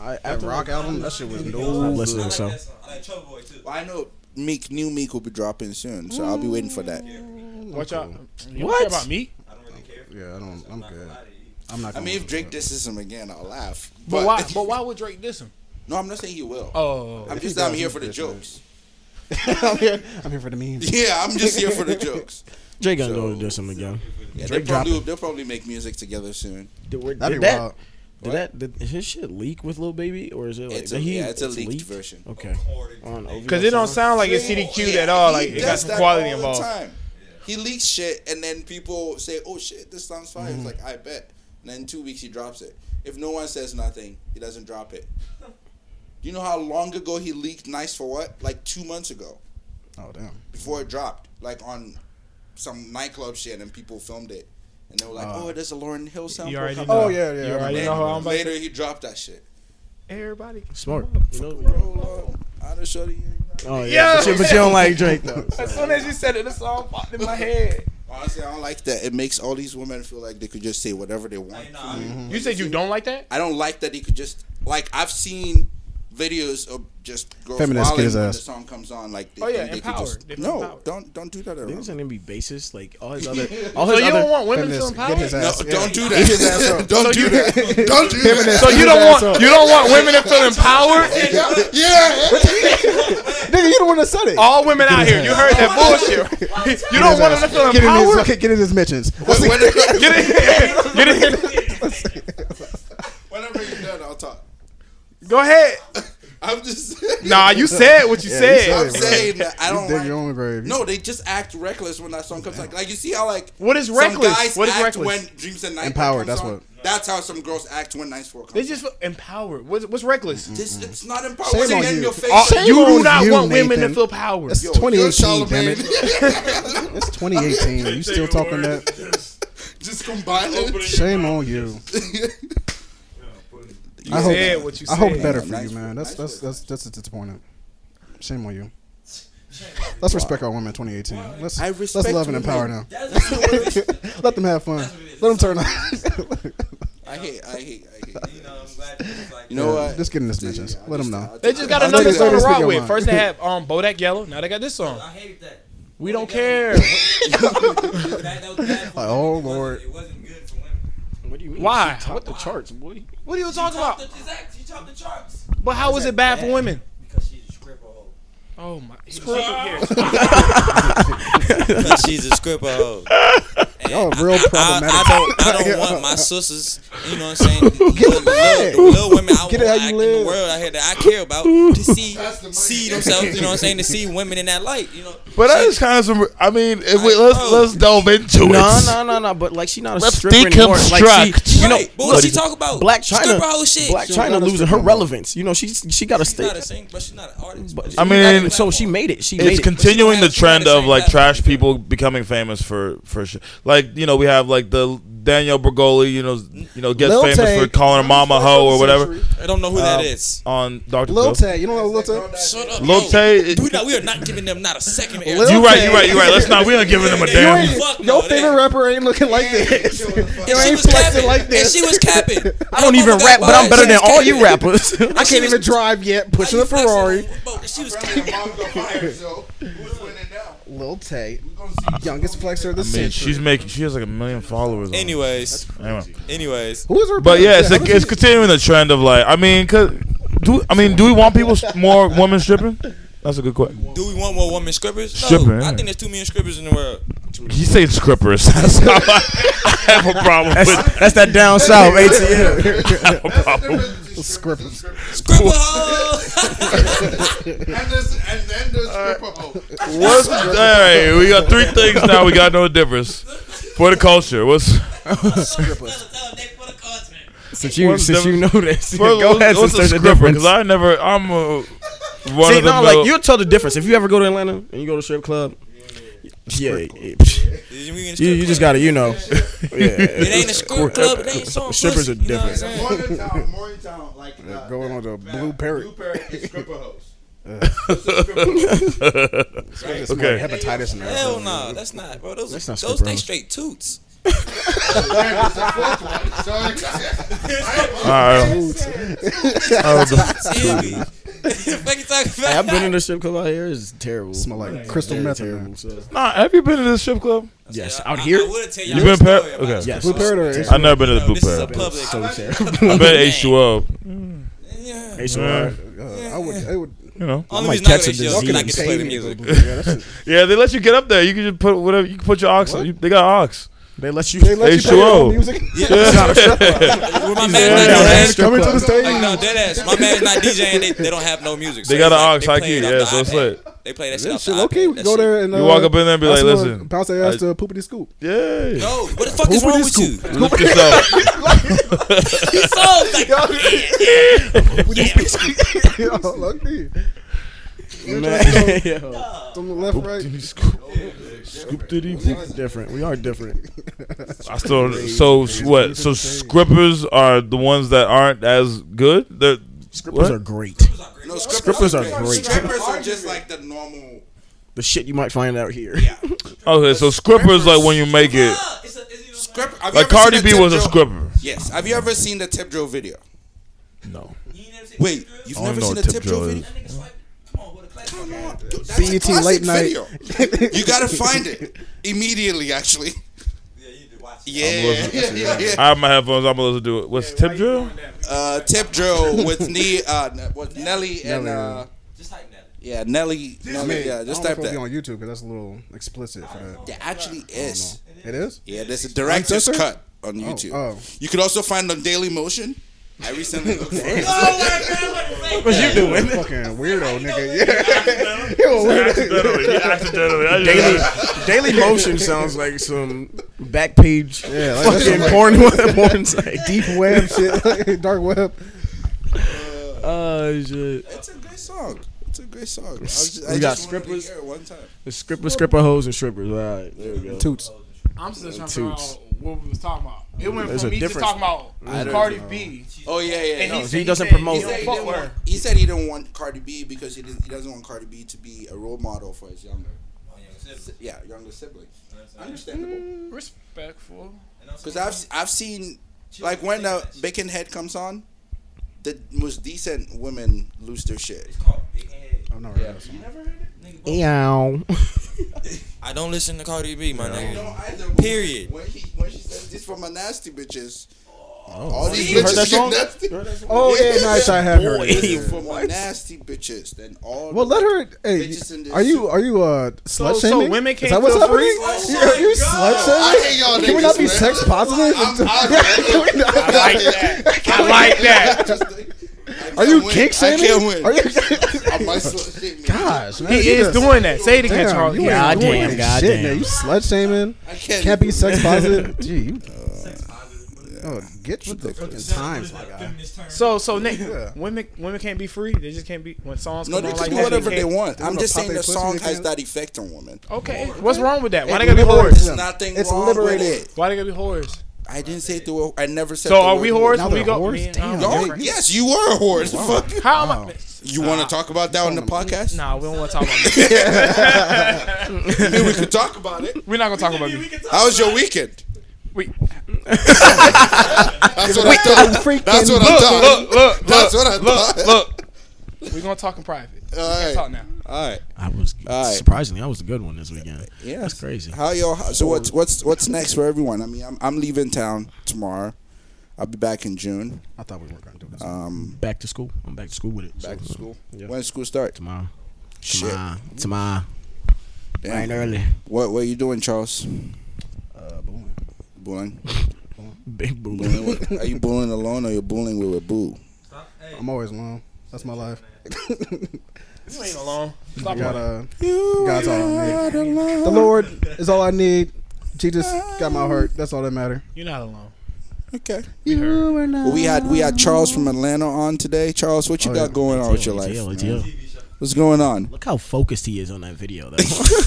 S8: I,
S3: that
S8: after
S3: rock album. That shit was
S8: I'm
S3: no.
S8: listening. So
S4: I like Trouble Boy too.
S1: Well, I know Meek, new Meek will be dropping soon, so I'll be waiting for that.
S7: What y'all? You don't
S8: What?
S7: care about me?
S4: I don't really care.
S3: Yeah, I don't. I'm good. I'm not.
S1: I
S3: gonna
S1: mean, if
S3: listen
S1: Drake
S3: to it.
S1: disses him again, I'll laugh.
S7: But why? But why would Drake diss him?
S1: No, I'm not saying he will.
S7: Oh,
S1: I'm just I'm here for the jokes.
S3: I'm here. I'm here for the memes.
S1: Yeah, I'm just here for the jokes.
S8: Drake gonna go do something again.
S1: Yeah,
S8: Drake
S1: they probably they'll probably make music together soon.
S8: Did,
S3: That'd be
S8: that?
S3: wild.
S8: Did that did his shit leak with Little Baby or is it like
S1: It's
S8: did
S1: a-
S8: he-
S1: yeah, it's a leaked version.
S8: Okay. On
S7: Because it don't
S8: OVS.
S7: sound like it's CDQ'd at all. Like it got
S1: does
S7: some
S1: that
S7: quality
S1: all the
S7: involved.
S1: time. He leaks shit, and then people say, "Oh shit, this sounds fire."
S7: Mm-hmm.
S1: He's like, "I bet." And then two weeks he drops it. If no one says nothing, he doesn't drop it. Do you know how long ago he leaked "Nice for What"? Like two months ago,
S3: Oh damn.
S1: before it dropped, like on some nightclub shit, and people filmed it, and they were like,
S3: Uh,
S1: "Oh, there's a Lauren Hill
S7: You
S1: sample."
S7: already know.
S1: coming."
S3: Oh yeah,
S7: You
S3: yeah. I
S7: already
S3: remember.
S7: know who I'm
S1: And
S7: about
S1: Later
S7: to.
S1: he dropped that shit.
S7: Everybody.
S8: Smart.
S1: Bro, uh, Otto Shorty,
S8: Oh
S7: Yeah.
S8: yeah. But, you, but you don't like Drake though.
S7: As soon as you said it, the song popped in my head.
S1: Honestly, I don't like that. It makes all these women feel like they could just say whatever they want.
S7: You said you don't like that?
S1: I don't like that he could just like I've seen videos of just girls
S3: Feminist
S1: wilding
S3: kid his
S1: when
S3: ass.
S1: the song comes on. Like they
S7: Oh, yeah,
S1: think they could
S7: empowered.
S1: just-
S7: They feel
S1: no,
S7: empowered.
S1: don't don't do that. At all.
S8: He was
S1: No,
S8: an NBA basis, like all his other all
S7: So
S8: his
S7: you
S8: other
S7: don't want women to
S3: Feminist,
S7: empower?
S3: get his ass. yeah.
S1: don't do that. don't do that. Don't do that.
S7: So you don't want you don't want women to feel empowered?
S1: yeah.
S3: Nigga, you don't want to said it.
S7: All women out here, you heard that bullshit. You don't want them to feel
S3: Get in his
S7: empowered.
S3: okay, get in his mentions.
S1: When- Whenever,
S7: Get it, get it.
S1: whenever you're done, I'll talk.
S7: Go ahead.
S1: I'm just.
S7: Nah, you said what you
S3: you
S7: said.
S3: said
S1: I'm saying that I don't
S3: dig
S1: like.
S3: your own grave.
S1: No, they just act reckless when that song comes. Like, like you see how like
S7: What is
S1: some
S7: reckless?
S1: guys
S7: What is
S1: act
S7: reckless?
S1: when Dreams and Night
S3: Empowered,
S1: Comes
S3: that's
S1: on. That's how some girls act when Night Four comes.
S7: They
S1: on.
S7: just feel empowered. What's, what's reckless?
S1: This, it's not empowered.
S3: Shame
S1: It's
S3: on
S1: in
S3: you.
S1: your face.
S7: All-
S3: Shame
S7: Oh, you do
S3: on
S7: not
S3: you,
S7: want women to
S3: Nathan.
S7: feel power.
S3: It's
S1: Yo,
S3: 2018,
S1: you're
S3: damn it.
S1: Charlemagne.
S3: It's 2018. You still talking that?
S1: Just combine it.
S3: Shame on you.
S7: You
S3: I hope-
S7: said what you
S3: I
S7: said.
S3: hope better for
S1: Nice
S3: you, man.
S1: work,
S3: That's
S1: nice
S3: that's
S1: work.
S3: that's that's disappointing. Shame on you. Let's respect our women in 2018. Let's
S1: I
S3: let's
S1: respect
S3: love and empower
S1: women.
S3: them. Let them have fun. Let them turn on.
S1: I hate. I hate. I hate.
S4: You know, I'm glad that it's like
S1: You know what?
S3: Just get in his mentions.
S1: Yeah, I
S3: Let them
S1: just-
S3: know.
S7: They just got
S3: I
S7: another
S3: think
S7: song to
S3: it's
S7: rock
S3: video
S7: with.
S3: mine.
S7: First they had um Bodak Yellow. Now they got this song.
S4: I hated that.
S7: We don't care.
S4: That, that was bad for
S3: Like,
S4: women.
S3: oh,
S4: It wasn't-
S3: Lord.
S4: It wasn't good for women.
S8: What do you mean?
S7: Why?
S8: Top the charts, boy.
S7: What are you talking
S4: Top
S7: about?
S4: the, exact, you topped the charts
S7: But how was it bad for
S4: bad?
S7: women?
S4: because she's a stripper hoe.
S7: Oh my. Here.
S4: Because she's a stripper hoe.
S3: Y'all real problematic.
S4: I, I don't, I don't want my sisters, you know what I'm saying? Little, little, little women I
S3: Get it how
S4: want
S3: you
S4: like, in
S3: live.
S4: the world out here that I care about to see see themselves, you know what I'm saying? To see women in that light, you know.
S2: But that is kind of some. I mean, if we,
S4: I
S2: let's
S4: know.
S2: let's delve into
S8: No,
S2: it.
S8: no, no, no. But like, she not a
S2: Let's
S8: stripper anymore. Like,
S2: deconstruct.
S8: she, you know,
S4: right, but what she
S8: look,
S4: talk about?
S8: Black China,
S4: stripper hoe shit.
S8: Black
S4: she's
S8: China losing her relevance. You know, she's she got to stay.
S4: not a singer, but she's not an artist.
S8: but-
S4: she's
S2: I
S4: on
S2: mean,
S4: that
S8: so
S4: platform.
S8: she made it. She
S2: It's
S8: made it.
S2: continuing the
S4: It's not-
S2: trend
S4: it's not
S2: of
S4: the
S2: like
S4: same
S2: trash
S4: platform.
S2: people becoming famous for for shit. Like you know, we have like the Daniel Bergoli. You know, you know, gets
S3: Lil
S2: famous for
S3: Tay.
S2: calling her mama hoe or whatever
S4: I don't know who that
S2: Um,
S4: is.
S2: on Dr.
S3: Lil
S2: Phil.
S3: Tay, you know what Lil Tay?
S4: Shut up,
S2: Lil
S4: yo.
S2: Tay-
S4: We, not, we are not giving them not a second. air.
S3: Lil
S2: You right,
S3: Tay.
S2: you right, you right. Let's not. We ain't giving them a
S4: You
S2: damn.
S4: ain't- Fuck
S3: Your
S4: no,
S3: favorite
S4: that-
S3: rapper ain't looking like this. You
S4: And she
S3: ain't
S4: was
S3: flexing
S4: capping.
S3: like
S4: And
S3: this.
S4: she was capping.
S8: I don't even rap, but I'm better than all you rappers.
S3: I can't even drive yet. Pushing a Ferrari.
S4: She was
S1: Apparently,
S4: capping.
S1: your mom got fired, so who's winning now?
S3: Lil Tay,
S1: We're gonna see.
S3: youngest flexer of the
S2: I mean,
S3: century.
S2: she's making. She has like a million followers. on-
S4: Anyways,
S2: Anyway.
S4: anyways,
S3: Who is her?
S2: But
S3: parents?
S2: yeah, it's
S3: how does
S2: like, it's
S3: she-
S2: continuing the trend of like. I mean, cause do I mean do we want people s- more women stripping? That's a good question.
S4: do we want more women strippers? No,
S2: Stripper, yeah.
S4: I think there's too many strippers in the world.
S2: You say strippers. That's how I, I have a problem with.
S8: That's that down south ATL.
S2: I have a problem.
S3: Script.
S4: Stripper hoe.
S1: And there's and then there's stripper hoe.
S2: What's all right? We got three things now. We got no difference for the culture. What's
S8: Since you,
S2: What's
S8: since you know
S2: difference?
S8: this, go ahead and
S2: what's
S8: search the difference.
S2: Because I never. I'm a one
S8: See,
S2: of the
S8: no, like you'll tell the difference if you ever go to Atlanta and you go to a strip club. Yeah, it- psh, you, you just gotta, you know. Yeah,
S4: It ain't a strip club. It ain't song.
S8: Strippers
S4: pussy,
S8: are
S4: you know what I'm
S8: different.
S4: saying?
S1: Morgantown, Morgantown, like uh,
S3: Going on to Blue Parrot.
S1: Blue Parrot is stripper hoes.
S2: Okay.
S3: Hepatitis and everything.
S4: Hell no, that's not, bro. Those
S8: not
S4: those
S8: stripper
S4: they
S8: hoes.
S4: straight toots.
S2: All right. Oh, the-
S4: Yeah, we- Fuck you talking about?
S8: Hey, I've been in a strip club out here. It's terrible.
S3: Smell like crystal meth in there.
S8: terrible. So.
S2: nah, have you been to this strip club?
S8: Yes,
S4: I-
S8: out
S4: I-
S8: here.
S4: I would tell
S2: You
S4: y'all
S2: been
S4: a story
S2: par-
S4: about
S2: okay.
S4: it.
S8: yes,
S3: Blue Parrot or
S2: I've never been to the
S4: This is a
S2: Blue Parrot.
S4: public.
S8: so terrible.
S2: I've been at H2O.
S4: Yeah.
S8: Hey, so,
S2: Yeah.
S3: Uh, I would. I would.
S2: You know.
S4: Only
S8: might
S4: reason I
S8: catch
S4: go to
S8: a
S4: shows is 'cause I
S8: disease.
S4: get to play the
S3: Pay me to go
S4: music.
S3: Blue Parrot. Yeah, that's
S2: Yeah, they let you get up there. You can just put whatever. You can put your ox. On. You, they got ox.
S8: They let you.
S3: They let you play your
S2: H2O.
S3: own music.
S4: My
S8: Yeah,
S4: man not
S8: yeah,
S4: DJing.
S8: strip
S3: Coming to the
S8: club.
S3: stage.
S4: Like, no, dead ass. My man's not DJing. They, they don't have no music.
S2: They
S4: so
S2: got an
S4: it's like,
S2: aux
S4: they
S2: high
S4: play
S2: key.
S4: it off
S2: Yeah,
S4: the
S2: so it's
S4: iPad.
S2: lit.
S4: They play that shit
S3: Yeah,
S4: off
S3: shit,
S4: the
S3: okay,
S4: iPad.
S3: we can
S4: That
S3: go
S4: shit-
S3: there and
S2: You
S3: uh,
S2: walk up in there and be
S3: ask
S2: like,
S3: them to
S2: listen.
S3: bounce their ass
S2: I-
S3: to poopity scoop.
S2: Yeah.
S4: No, what the fuck is
S3: Who
S4: wrong
S3: is
S4: with you?
S2: Lift yourself.
S4: He's so like,
S3: Yo, look me.
S8: Man, yo.
S3: From the left, right.
S8: Scoop diddy. We different. We are different.
S2: I still so s- what? So scrippers are the ones that aren't as good. They're
S8: Scrippers
S2: what?
S8: are great.
S1: No, strippers,
S8: Strippers are great.
S1: Strippers are just like the normal.
S8: The shit you might find out here.
S2: okay. So scrippers like when you make it.
S1: Scrip- have you
S2: Like
S1: ever
S2: Cardi
S1: seen the
S2: B
S1: Tip
S2: was a
S1: Drill-
S2: scripper.
S1: Yes. Have you ever seen the tip drill video?
S2: No.
S1: Wait, you've
S2: I don't
S1: never
S2: know
S1: seen the
S2: what
S1: tip,
S2: Tip
S1: drill,
S2: Drill
S1: video? Come on, dude, that's a
S3: BET
S1: classic
S3: E late night.
S1: video. you gotta find it immediately. Actually. Yeah, yeah, yeah, yeah.
S2: I have my headphones. I'm gonna listen to it. What's tip drill?
S1: Uh, tip drill with ne- uh, ne- with Nelly and uh, yeah, Nelly. Nelly yeah, just type
S3: I don't know if it'll
S1: that.
S3: be on YouTube because that's a little explicit for that.
S1: It actually
S2: Oh,
S1: is.
S3: It is.
S1: Yeah, there's a director's
S3: Uncensored?
S1: cut on YouTube.
S3: oh.
S1: You can also find on Daily Motion. I recently looked for it.
S8: What you doing?
S3: Fucking weirdo, nigga. Yeah. Yo,
S2: Daily.
S3: weirdo.
S8: Daily, Daily Motion sounds like some back page
S3: Yeah, like that's
S8: fucking
S3: some, like,
S8: porn, porn site.
S3: deep web shit, like, dark web.
S8: Oh shit!
S1: It's a great song. It's a great song. I was just, I
S8: We got
S1: just wanted to
S8: strippers.
S1: hear it one time.
S8: It's stripper, stripper hoes, and strippers. All right, there we go.
S3: Toots.
S7: I'm still trying to figure
S8: Toots.
S7: out what we was talking about. It went
S8: There's a
S7: from me just
S8: difference.
S7: talking about Cardi B.
S1: Oh yeah, yeah.
S7: And
S1: No,
S7: he,
S1: he,
S7: said-
S8: doesn't
S7: said
S8: promote
S7: He,
S8: it.
S1: said
S7: don't
S1: he,
S7: fuck
S1: didn't
S7: with
S1: want,
S7: her.
S1: he said he didn't want Cardi B because he, didn't, he doesn't want Cardi B to be a role model for his younger,
S7: Oh,
S1: si- yeah, younger sibling. Understandable.
S7: Respectful.
S1: Because I've s- I've seen like when the bacon head comes on, the most decent women lose their shit.
S3: Oh, I've never heard of this one.
S8: Ew.
S4: I don't listen to Cardi B, my nigga.
S1: either.
S4: Period.
S1: When, he, when she says this for my nasty bitches, all these
S8: Oh. You heard that
S1: bitches
S8: song?
S1: get nasty.
S3: Oh yeah, nice. I have heard.
S1: This
S3: It.
S1: is for my nasty bitches. Then all
S3: Well, let her. Hey,
S1: Bitches in this
S3: are you are you uh
S7: So-
S3: slut
S7: so
S3: shaming?
S7: women
S3: Is
S7: can't
S3: that what's
S7: feel free? Oh
S3: happening?
S1: my
S3: Are you slut
S1: I
S3: shaming?
S1: hate y'all
S3: Can we not be
S1: niggas,
S3: sex positive?
S1: I'm out of here.
S7: I like that.
S1: Just- I can't
S3: Are you
S1: win.
S3: kink shaming?
S1: I can't win.
S3: Are you?
S1: I might slut shame me.
S3: Gosh, man.
S7: He
S3: you
S7: is
S3: just-
S7: doing that. Say it again,
S3: Damn,
S7: Charlie.
S3: you
S7: Yeah.
S3: ain't doing
S8: goddamn,
S3: shit,
S8: goddamn.
S3: man. You slut shaming.
S1: I can't,
S3: Can't be sex positive. Gee, you.
S1: Uh,
S3: Oh, get with the fucking times, my guy.
S7: So, so Nick,
S3: Yeah.
S7: women, women can't be free. They just can't be when songs
S1: No,
S7: come
S1: they
S7: on
S1: can
S7: like
S1: do
S7: that.
S1: whatever
S7: they
S1: they
S7: can't-
S1: want. I'm
S3: wanna
S1: just
S3: pop
S1: saying
S3: their
S1: the
S3: pussy,
S1: song
S3: they
S1: has
S3: can.
S1: that effect on women.
S7: Okay, what's wrong with that? Why they gotta be
S3: liberate
S7: whores?
S1: There's
S3: Yeah.
S1: nothing
S3: It's
S1: wrong with
S3: liberating.
S1: it.
S7: Why they gotta be whores?
S1: I didn't say the word. I never said.
S7: So
S1: the
S7: are
S1: word
S7: we whores
S3: Now
S7: when we
S3: they're
S7: go?
S3: whores?
S7: Man,
S3: Damn.
S7: no,
S1: No,
S7: different.
S1: yes, you were a whore. Fuck.
S7: How am I?
S1: You want to talk about that on the podcast?
S7: Nah, we don't want to talk about that.
S1: I mean, we could talk about it.
S7: We're not gonna talk about me.
S1: How was your weekend?
S7: We-
S1: That's what I thought. That's what I thought.
S7: Look, look,
S1: That's
S7: look,
S1: what I thought.
S7: look. We're gonna talk in private.
S1: All
S7: Talk
S1: right.
S7: now.
S1: All right.
S8: I was
S1: All right.
S8: surprisingly, I was a good one this weekend.
S1: Yeah.
S8: that's crazy.
S1: How y'all? how- So what's what's what's next for everyone? I mean, I'm I'm leaving town tomorrow. I'll be back in June.
S3: I thought we weren't gonna do this.
S1: Um,
S8: Back to school. I'm back to school with it.
S1: back to school.
S8: Yeah.
S1: When does school start?
S8: tomorrow.
S1: Shit.
S8: Tomorrow. Tomorrow.
S1: Damn.
S8: Ain't early.
S1: What what are you doing, Charles?
S3: Uh, boom.
S1: Bowling.
S8: Big boo.
S1: Bowling with- are you bowling alone or you're bowling with a boo?
S3: I'm always alone. That's my life.
S7: You ain't alone. Stop
S3: Got
S7: it.
S3: uh, God's all I need. The Lord is all I need. Jesus got my heart. That's all that matter.
S7: You're not alone.
S1: Okay.
S3: You were not.
S1: Well, we had we had Charles from Atlanta on today. Charles, what you
S3: Oh,
S1: got
S3: yeah.
S1: going on with your life?
S8: ATL,
S1: man?
S8: ATL.
S1: What's going on?
S8: Look how focused he is on that video. Though.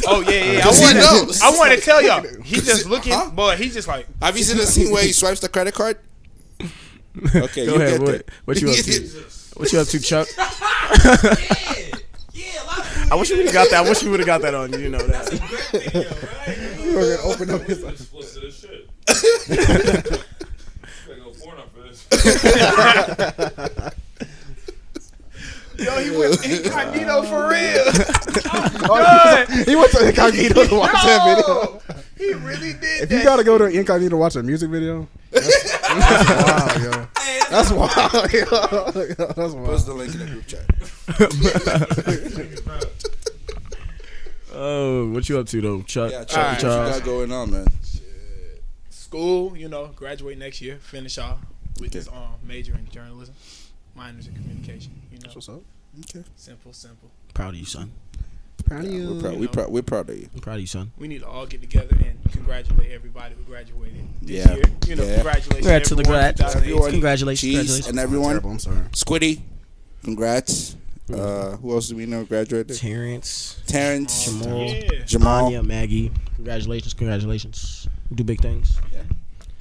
S7: Oh yeah, yeah. I
S1: Cause he
S7: want.
S1: knows.
S7: I want to tell y'all. He's just looking, but he's just like.
S1: Have you seen the scene where he swipes the credit card? Okay,
S8: Go
S1: you
S8: ahead.
S1: get
S8: What,
S1: that.
S8: what you up to? What you up to, Chuck? I wish you would have got that. I wish you would have got that on. You know that.
S3: We're gonna open up his life.
S7: Yo, he went incognito for real. Oh,
S3: He went to incognito to watch that video.
S7: He really did.
S3: If you gotta go to incognito to watch a music video, that's, that's wild, yo. That's wild, yo. That's
S1: Post
S3: wild.
S1: the link in the group chat.
S8: Oh, what you up to though, Chuck?
S1: Yeah, Charles,
S8: Oh, Chuck
S1: E. what
S8: E. Charles.
S1: you got going on, man?
S7: school, you know, graduate next year, finish off with this um, major in journalism, minors in communication. You know,
S3: That's what's up.
S1: Okay.
S7: simple, simple.
S8: Proud of you, son.
S3: Proud of
S1: We're proud.
S3: you.
S1: We proud. We're proud of you.
S8: I'm proud of you, son.
S7: We need to all get together and congratulate everybody who graduated this
S1: Yeah.
S7: year. You know,
S1: Yeah.
S7: congratulations.
S8: Congrats to the
S7: everyone,
S8: grad.
S7: 2018.
S8: Congratulations.
S1: Cheese
S8: Congratulations.
S1: and everyone.
S3: Terrible, I'm sorry.
S1: Squiddy, congrats. Uh, who else do we know graduated?
S8: Terrence,
S1: Terrence,
S8: Jamal,
S7: Yeah.
S1: Jamal.
S8: Anya, Maggie. Congratulations. Congratulations. You do big things.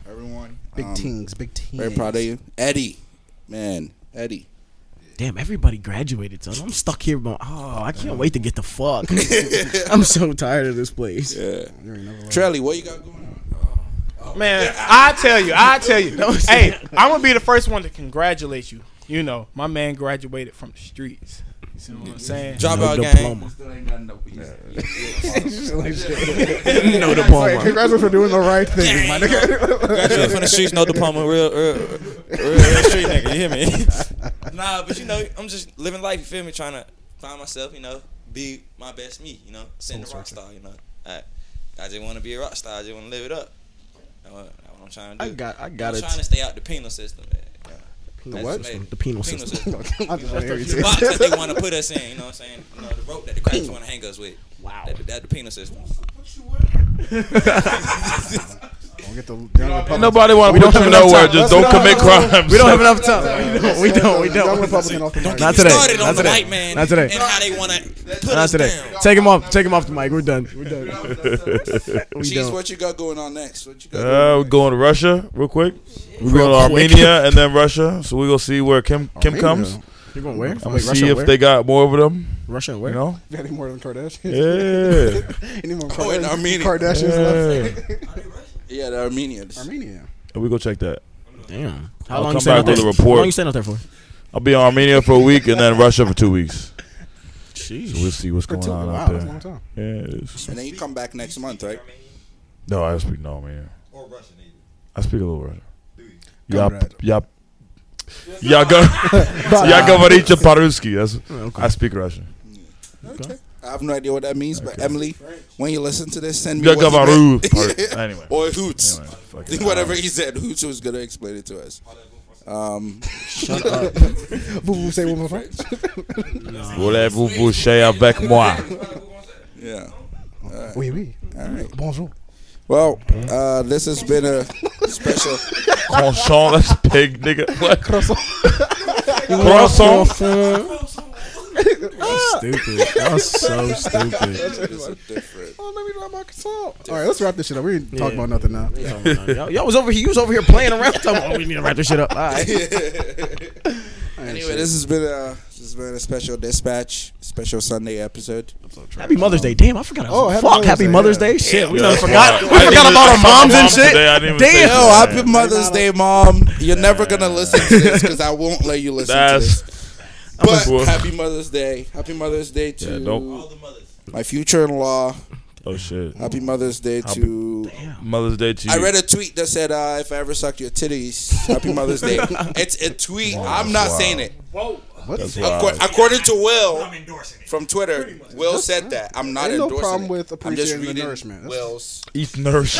S1: everyone.
S3: Big
S1: Um,
S3: teams. Big teams.
S1: Very proud of you, Eddie. Man, Eddie.
S8: Damn, everybody graduated, son. I'm stuck here, but oh, I can't wait to get the fuck. I'm so tired of this place.
S1: Yeah.
S3: You're another one.
S1: Trelly, Uh, what you got going on?
S7: Man, I tell you, I tell you. hey, I'm gonna be the first one to congratulate you. You know, my man graduated from the streets. You see what I'm saying?
S8: No
S4: Dropout game.
S8: diploma.
S1: Still ain't got no piece.
S8: No diploma.
S3: Congratulations for doing the right thing, my nigga.
S4: Graduate from the streets, no diploma, real, real, real, real street nigga. You hear me? nah, but you know, I'm just living life. You feel me? Trying to find myself. You know, be my best me. You know, sitting a rock star. You know, I, I just want to be a rock star. I just want to live it up. That's what, that's what I'm trying to
S8: I
S4: do.
S8: got, I got
S4: I'm
S8: it.
S4: trying to stay out the penal system. man. Yeah.
S8: The
S4: That's
S8: what?
S4: later.
S8: The penal system.
S3: I just want to hear you
S4: the
S3: say
S4: box that they want to put us in. You know what I'm saying? You know, the rope that the cops want to hang us with.
S8: Wow.
S4: That, that the penal system.
S3: Don't get the down with Republicans.
S2: Nobody want to
S8: We
S2: put you
S8: don't have enough
S2: nowhere.
S8: time.
S2: Just
S8: Let's
S2: don't
S8: not
S2: commit
S8: have
S2: crimes.
S8: We don't have enough time. We don't. We don't. We
S3: Down
S8: don't.
S3: with Republican off the mic.
S8: Not today.
S4: Started on
S8: Not
S4: the
S8: today.
S4: white man.
S8: Not today.
S4: And how they want to put
S8: Not
S4: us
S8: today.
S4: down.
S8: Take him off. Take him off the mic. We're done. We're done. we
S1: Cheese,
S8: don't.
S1: what you got going on next? What you got?
S2: Uh, we're going to Russia real quick. We're
S8: Real
S2: going to
S8: quick.
S2: Armenia and then Russia. So we gonna see where Kim Kim
S3: Armenia.
S2: comes.
S8: You're going where?
S2: I'm
S8: Oh,
S2: gonna
S8: wait,
S2: see
S8: Russia
S2: if
S8: where?
S2: they got more of them.
S8: Russia
S2: You
S8: where?
S2: know?
S3: You got any more than Kardashians?
S2: Yeah.
S3: Any more
S1: Oh, in
S3: Kardashians?
S1: Armenia.
S3: Kardashians
S2: yeah.
S3: left?
S1: Yeah, the Armenians.
S3: Armenia.
S2: we go check that.
S8: Damn. How
S2: I'll
S8: long
S2: come
S8: you staying
S2: back
S8: out there?
S2: with a
S8: How
S2: report.
S8: long you staying out there for?
S2: I'll be in Armenia for a week and then Russia for two weeks. So we'll
S8: Jeez.
S2: see what's
S3: For
S2: going
S3: two-
S2: on
S3: wow,
S2: out
S3: that's a long
S2: there.
S3: time.
S2: Yeah, it is.
S1: And then you come back next month, right?
S2: No, I speak no Armenian.
S4: Or Russian either.
S2: I speak a little Russian.
S3: Go
S2: Yap,
S3: Russia.
S2: yap. Yeah, go. Yeah, говорите по-русски. That's-
S8: uh, Okay.
S2: I speak Russian.
S1: I have no idea what that means, but Emily, when you llisten to this, send me
S2: Yeah,
S1: what he meant.
S2: говорю. Anyway.
S1: or Hoots.
S2: Anyway, fuck it.
S1: Think Whatever he said, Hoots was gonna explain it to us. Um,
S3: Boo boo, say one more time.
S2: Voulez-vous boucher avec moi?
S1: yeah.
S3: Oui, oui. All right. Bonjour.
S1: Well, uh, this has been a special.
S2: Conchon, that's pig, nigga. What? Croissant.
S8: Stupid. That's so stupid.
S1: this is different.
S3: Oh, let me drop my console. All right, let's wrap this shit up. We ain't talking about nothing now.
S8: Y'all, y'all was over here. You was over here playing around. Talking, about, oh, we need to wrap this shit up. All right.
S1: Anyway, this has been a this has been a special dispatch, special Sunday episode.
S8: Happy Mother's Day. Damn, I forgot. I was,
S3: Oh,
S8: fuck.
S3: happy Mother's
S8: happy
S3: Day,
S8: Mother's
S3: yeah.
S8: Day. Shit, we
S2: Yeah,
S8: done
S2: that's
S8: forgot.
S2: wild.
S8: We
S2: I didn't
S8: forgot
S2: even-
S8: about our moms
S2: Mom
S8: and shit.
S2: today, I didn't even say
S8: Damn.
S1: Yo,
S2: that.
S1: happy Mother's Day, Mom. You're never gonna listen to this because I won't let you listen
S2: That's-
S1: to this. But
S2: cool.
S1: happy Mother's Day. Happy Mother's Day to
S2: Yeah, don't-
S1: my future-in-law.
S2: Oh shit!
S1: Happy Mother's Day
S2: Happy-
S1: to.
S2: Mother's Day to you.
S1: I read a tweet that said, uh, "If I ever sucked your titties, Happy Mother's Day." it's a tweet. I'm not
S2: wow.
S1: saying it.
S7: Whoa.
S3: What?
S2: That's
S3: Ain't
S2: wild.
S1: Accor- according to Will
S4: I'm endorsing it.
S1: from Twitter, Will said that. I'm not
S3: no
S1: endorsing
S3: problem
S1: it.
S3: with
S1: I'm just
S3: appreciating the
S1: reading
S3: nourishment. That's-
S1: Will's.
S2: Eat nourish.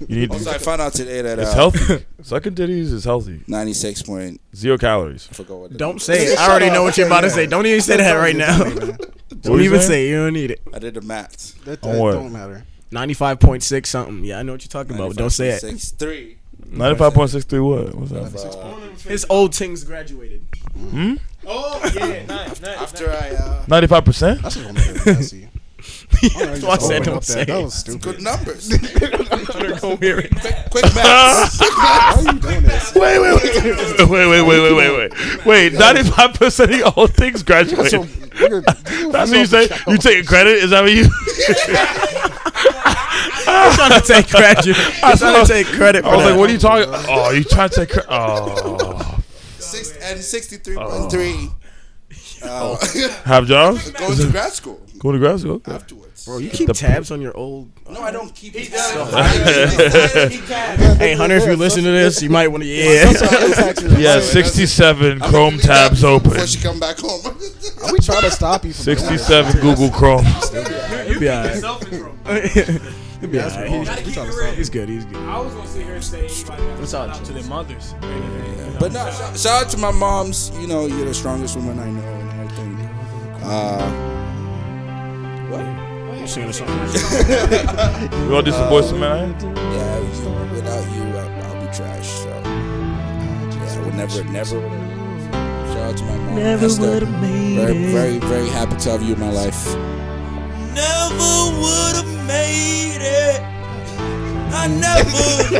S2: you need.
S1: Also, I found out today that
S2: it's
S1: uh,
S2: healthy. Sucking titties is healthy.
S1: 96 point.
S2: Zero calories.
S1: I forgot what. it-
S8: Don't say it. I already know what you're about to say. Don't even say that right now. Don't
S2: you
S8: even
S2: saying?
S8: say it. You don't need it.
S1: I did the math.
S3: That, that
S2: Don't worry.
S3: don't matter.
S8: 95.6 something. Yeah, I know what you're talking about. Don't say it.
S1: 95.6, Three.
S2: Ninety-five point six three. What? What's that?
S8: His old things graduated.
S7: Oh yeah, nice, nice.
S1: After I, uh,
S2: Ninety-five percent.
S3: That's just gonna make it messy. I don't know, you
S8: That's why I
S3: just
S8: said
S3: opened
S8: don't
S3: up
S8: say
S3: that. That
S8: it.
S3: was stupid.
S1: good numbers.
S8: Don't hear it.
S1: Quick math.
S3: Why are you doing this?
S2: Wait, wait, wait, wait, wait, wait, wait, wait, wait. Wait, ninety-five percent of all things graduate.
S3: So, nigga, you
S2: That's what you say. You taking credit? Is that what you?
S8: I'm trying to take credit. I'm trying to take credit for
S2: I was like,
S8: that.
S2: what are you talking? Oh, you trying to take credit? Oh,
S1: Six and sixty-three point three. Uh,
S2: have jobs?
S1: going to grad school
S2: Go to grad school. Okay.
S1: afterwards.
S8: Bro, you keep tabs on your old.
S1: no, I don't keep. He
S8: Hey, Hunter, if you listen to this, you might want to. Yeah.
S2: Yeah, sixty-seven Chrome tabs open.
S1: Before she come back home.
S3: Are we trying to stop you from doing this?
S2: 67 Google Chrome.
S8: It'll be all right. He'll be alright. He's-
S7: Gotta
S8: he's
S7: keep
S8: on
S7: it
S8: the-
S7: real.
S8: He's good. He's good.
S7: I was gonna sit here and say anybody that
S8: That's
S7: shout
S8: all
S7: out to
S8: jokes.
S7: their mothers. or anything, you know.
S1: But no, shout, shout out to my moms. You know, you're the strongest woman I know and everything. Uh, what?
S8: You singing a song?
S2: We all do some boys some men. eh?
S1: Yeah, you- without you, I'll, I'll be trash. So, yeah, I would never, never. Shout out to my mom. Never would have made very, Very, very happy to have you in my life.
S4: Never would have made it. I never.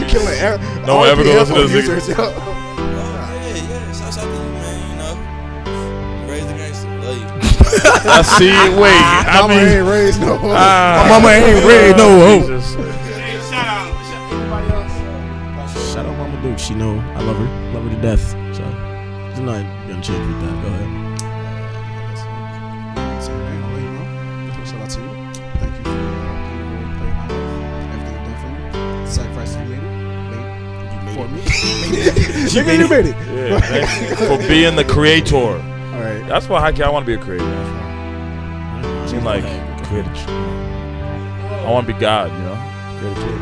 S3: You're killing every.
S2: No one ever gonna listen to this
S4: yeah, yeah. Shout out to you, man. You know, raise the gangster. Love you.
S2: I see. Wait, I
S3: Mama
S2: mean,
S3: ain't raised no one.
S2: ah,
S8: Mama ain't raised no hoe.
S2: Jesus.
S7: Hey, shout out. Shout anybody else.
S8: Shout out Mama Duke. She know I love her. Love her to death. So there's not gonna change with that. Go ahead.
S3: So, man, I'll let you know. Shout out to you. Thank you for uh, being a role player in my life. Everything you did for me. The sacrifice you made. Made for me. Nigga, you made it.
S2: Yeah, thank you for being the creator.
S3: All right.
S2: That's why hockey. I want to be a creator. I mean, like create. a ch- I want to be God. You know, create a kid.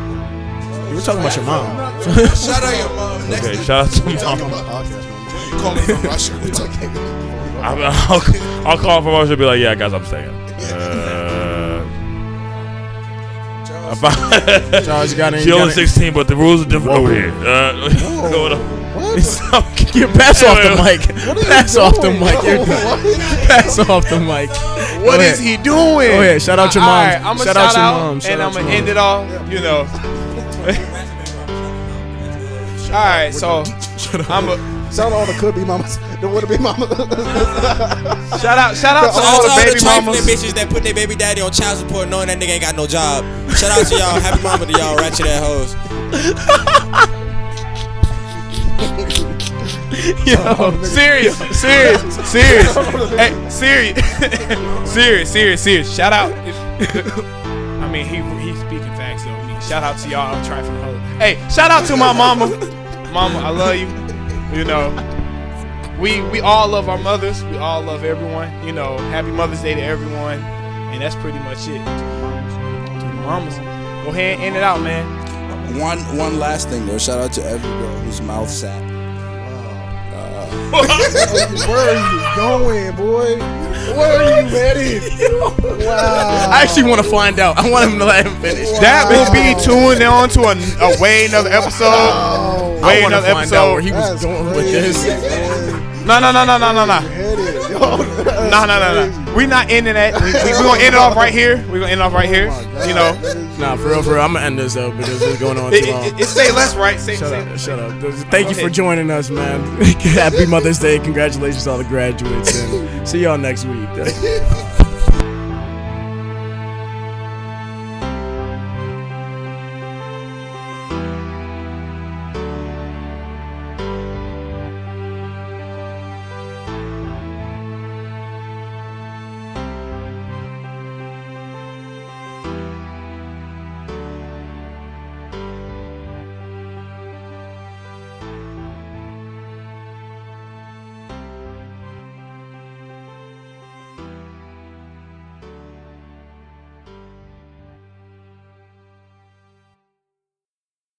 S8: You were talking about your mom.
S1: Shout out your mom. Next
S2: Okay,
S1: time
S2: shout out to mom.
S1: you call me from Russia. We're talking.
S2: I mean, I'll, I'll call for Marshall and be like, yeah, guys, I'm staying. Uh,
S1: Charles,
S2: about-
S8: Charles, you got any?
S2: she
S8: you got
S2: only
S8: any-
S2: 16, but the rules are different over here. Uh, going up.
S8: Yeah, pass off the
S2: Wait,
S8: mic. Pass off the mic. You're- Pass off the mic. What is
S7: he doing?
S8: Go ahead. Shout out your mom.
S7: I'm
S8: shout out your mom. Shout
S7: and
S8: out
S7: I'm
S8: your
S7: gonna
S8: mom.
S7: end it all. You know. all right, so I'm a
S3: Shout out all the could be mamas. The would be mamas.
S7: shout out, shout out to all the
S4: Shout out to
S7: baby
S4: trifling
S7: mamas.
S4: bitches that put their baby daddy on child support knowing that nigga ain't got no job. Shout out to y'all. Happy mama to y'all ratchet ass hoes.
S7: Serious, serious, serious, hey, serious, serious, serious, serious. Shout out. I mean, he he's speaking facts though. I mean, Shout out to y'all, I'm trifling hoe. Hey, shout out to my mama. Mama, I love you. You know, we we all love our mothers. We all love everyone. You know, happy Mother's Day to everyone, and that's pretty much it. To the mamas, go ahead and end it out, man.
S1: One, one last thing though. Shout out to every girl whose mouth sat.
S3: Where are you going, boy? Where are you headed? Wow.
S8: I actually want to find out. I want him to let him finish.
S7: That will be tuned on to a, a way another episode.
S3: Oh,
S8: I
S7: Wait
S8: want to
S7: another
S8: find
S7: episode.
S8: out where he was
S3: that's
S8: going with
S3: crazy,
S8: this.
S3: man.
S7: No, no, no, no, no, no, no.
S3: Headed. Yo, that's
S7: No, no, no, no. We're not ending that. We're we, we going to end it off right here. We're going to end it off right here.
S8: Oh
S7: You know,
S8: Nah, for real, for real. I'm gonna end this though because it's going on
S7: it,
S8: too long.
S7: it, it, it say less, right? Say,
S8: Shut
S7: say,
S8: up! Shut up! Thank you for
S7: Okay.
S8: joining us, man. Happy Mother's Day! Congratulations to all the graduates, and see y'all next week.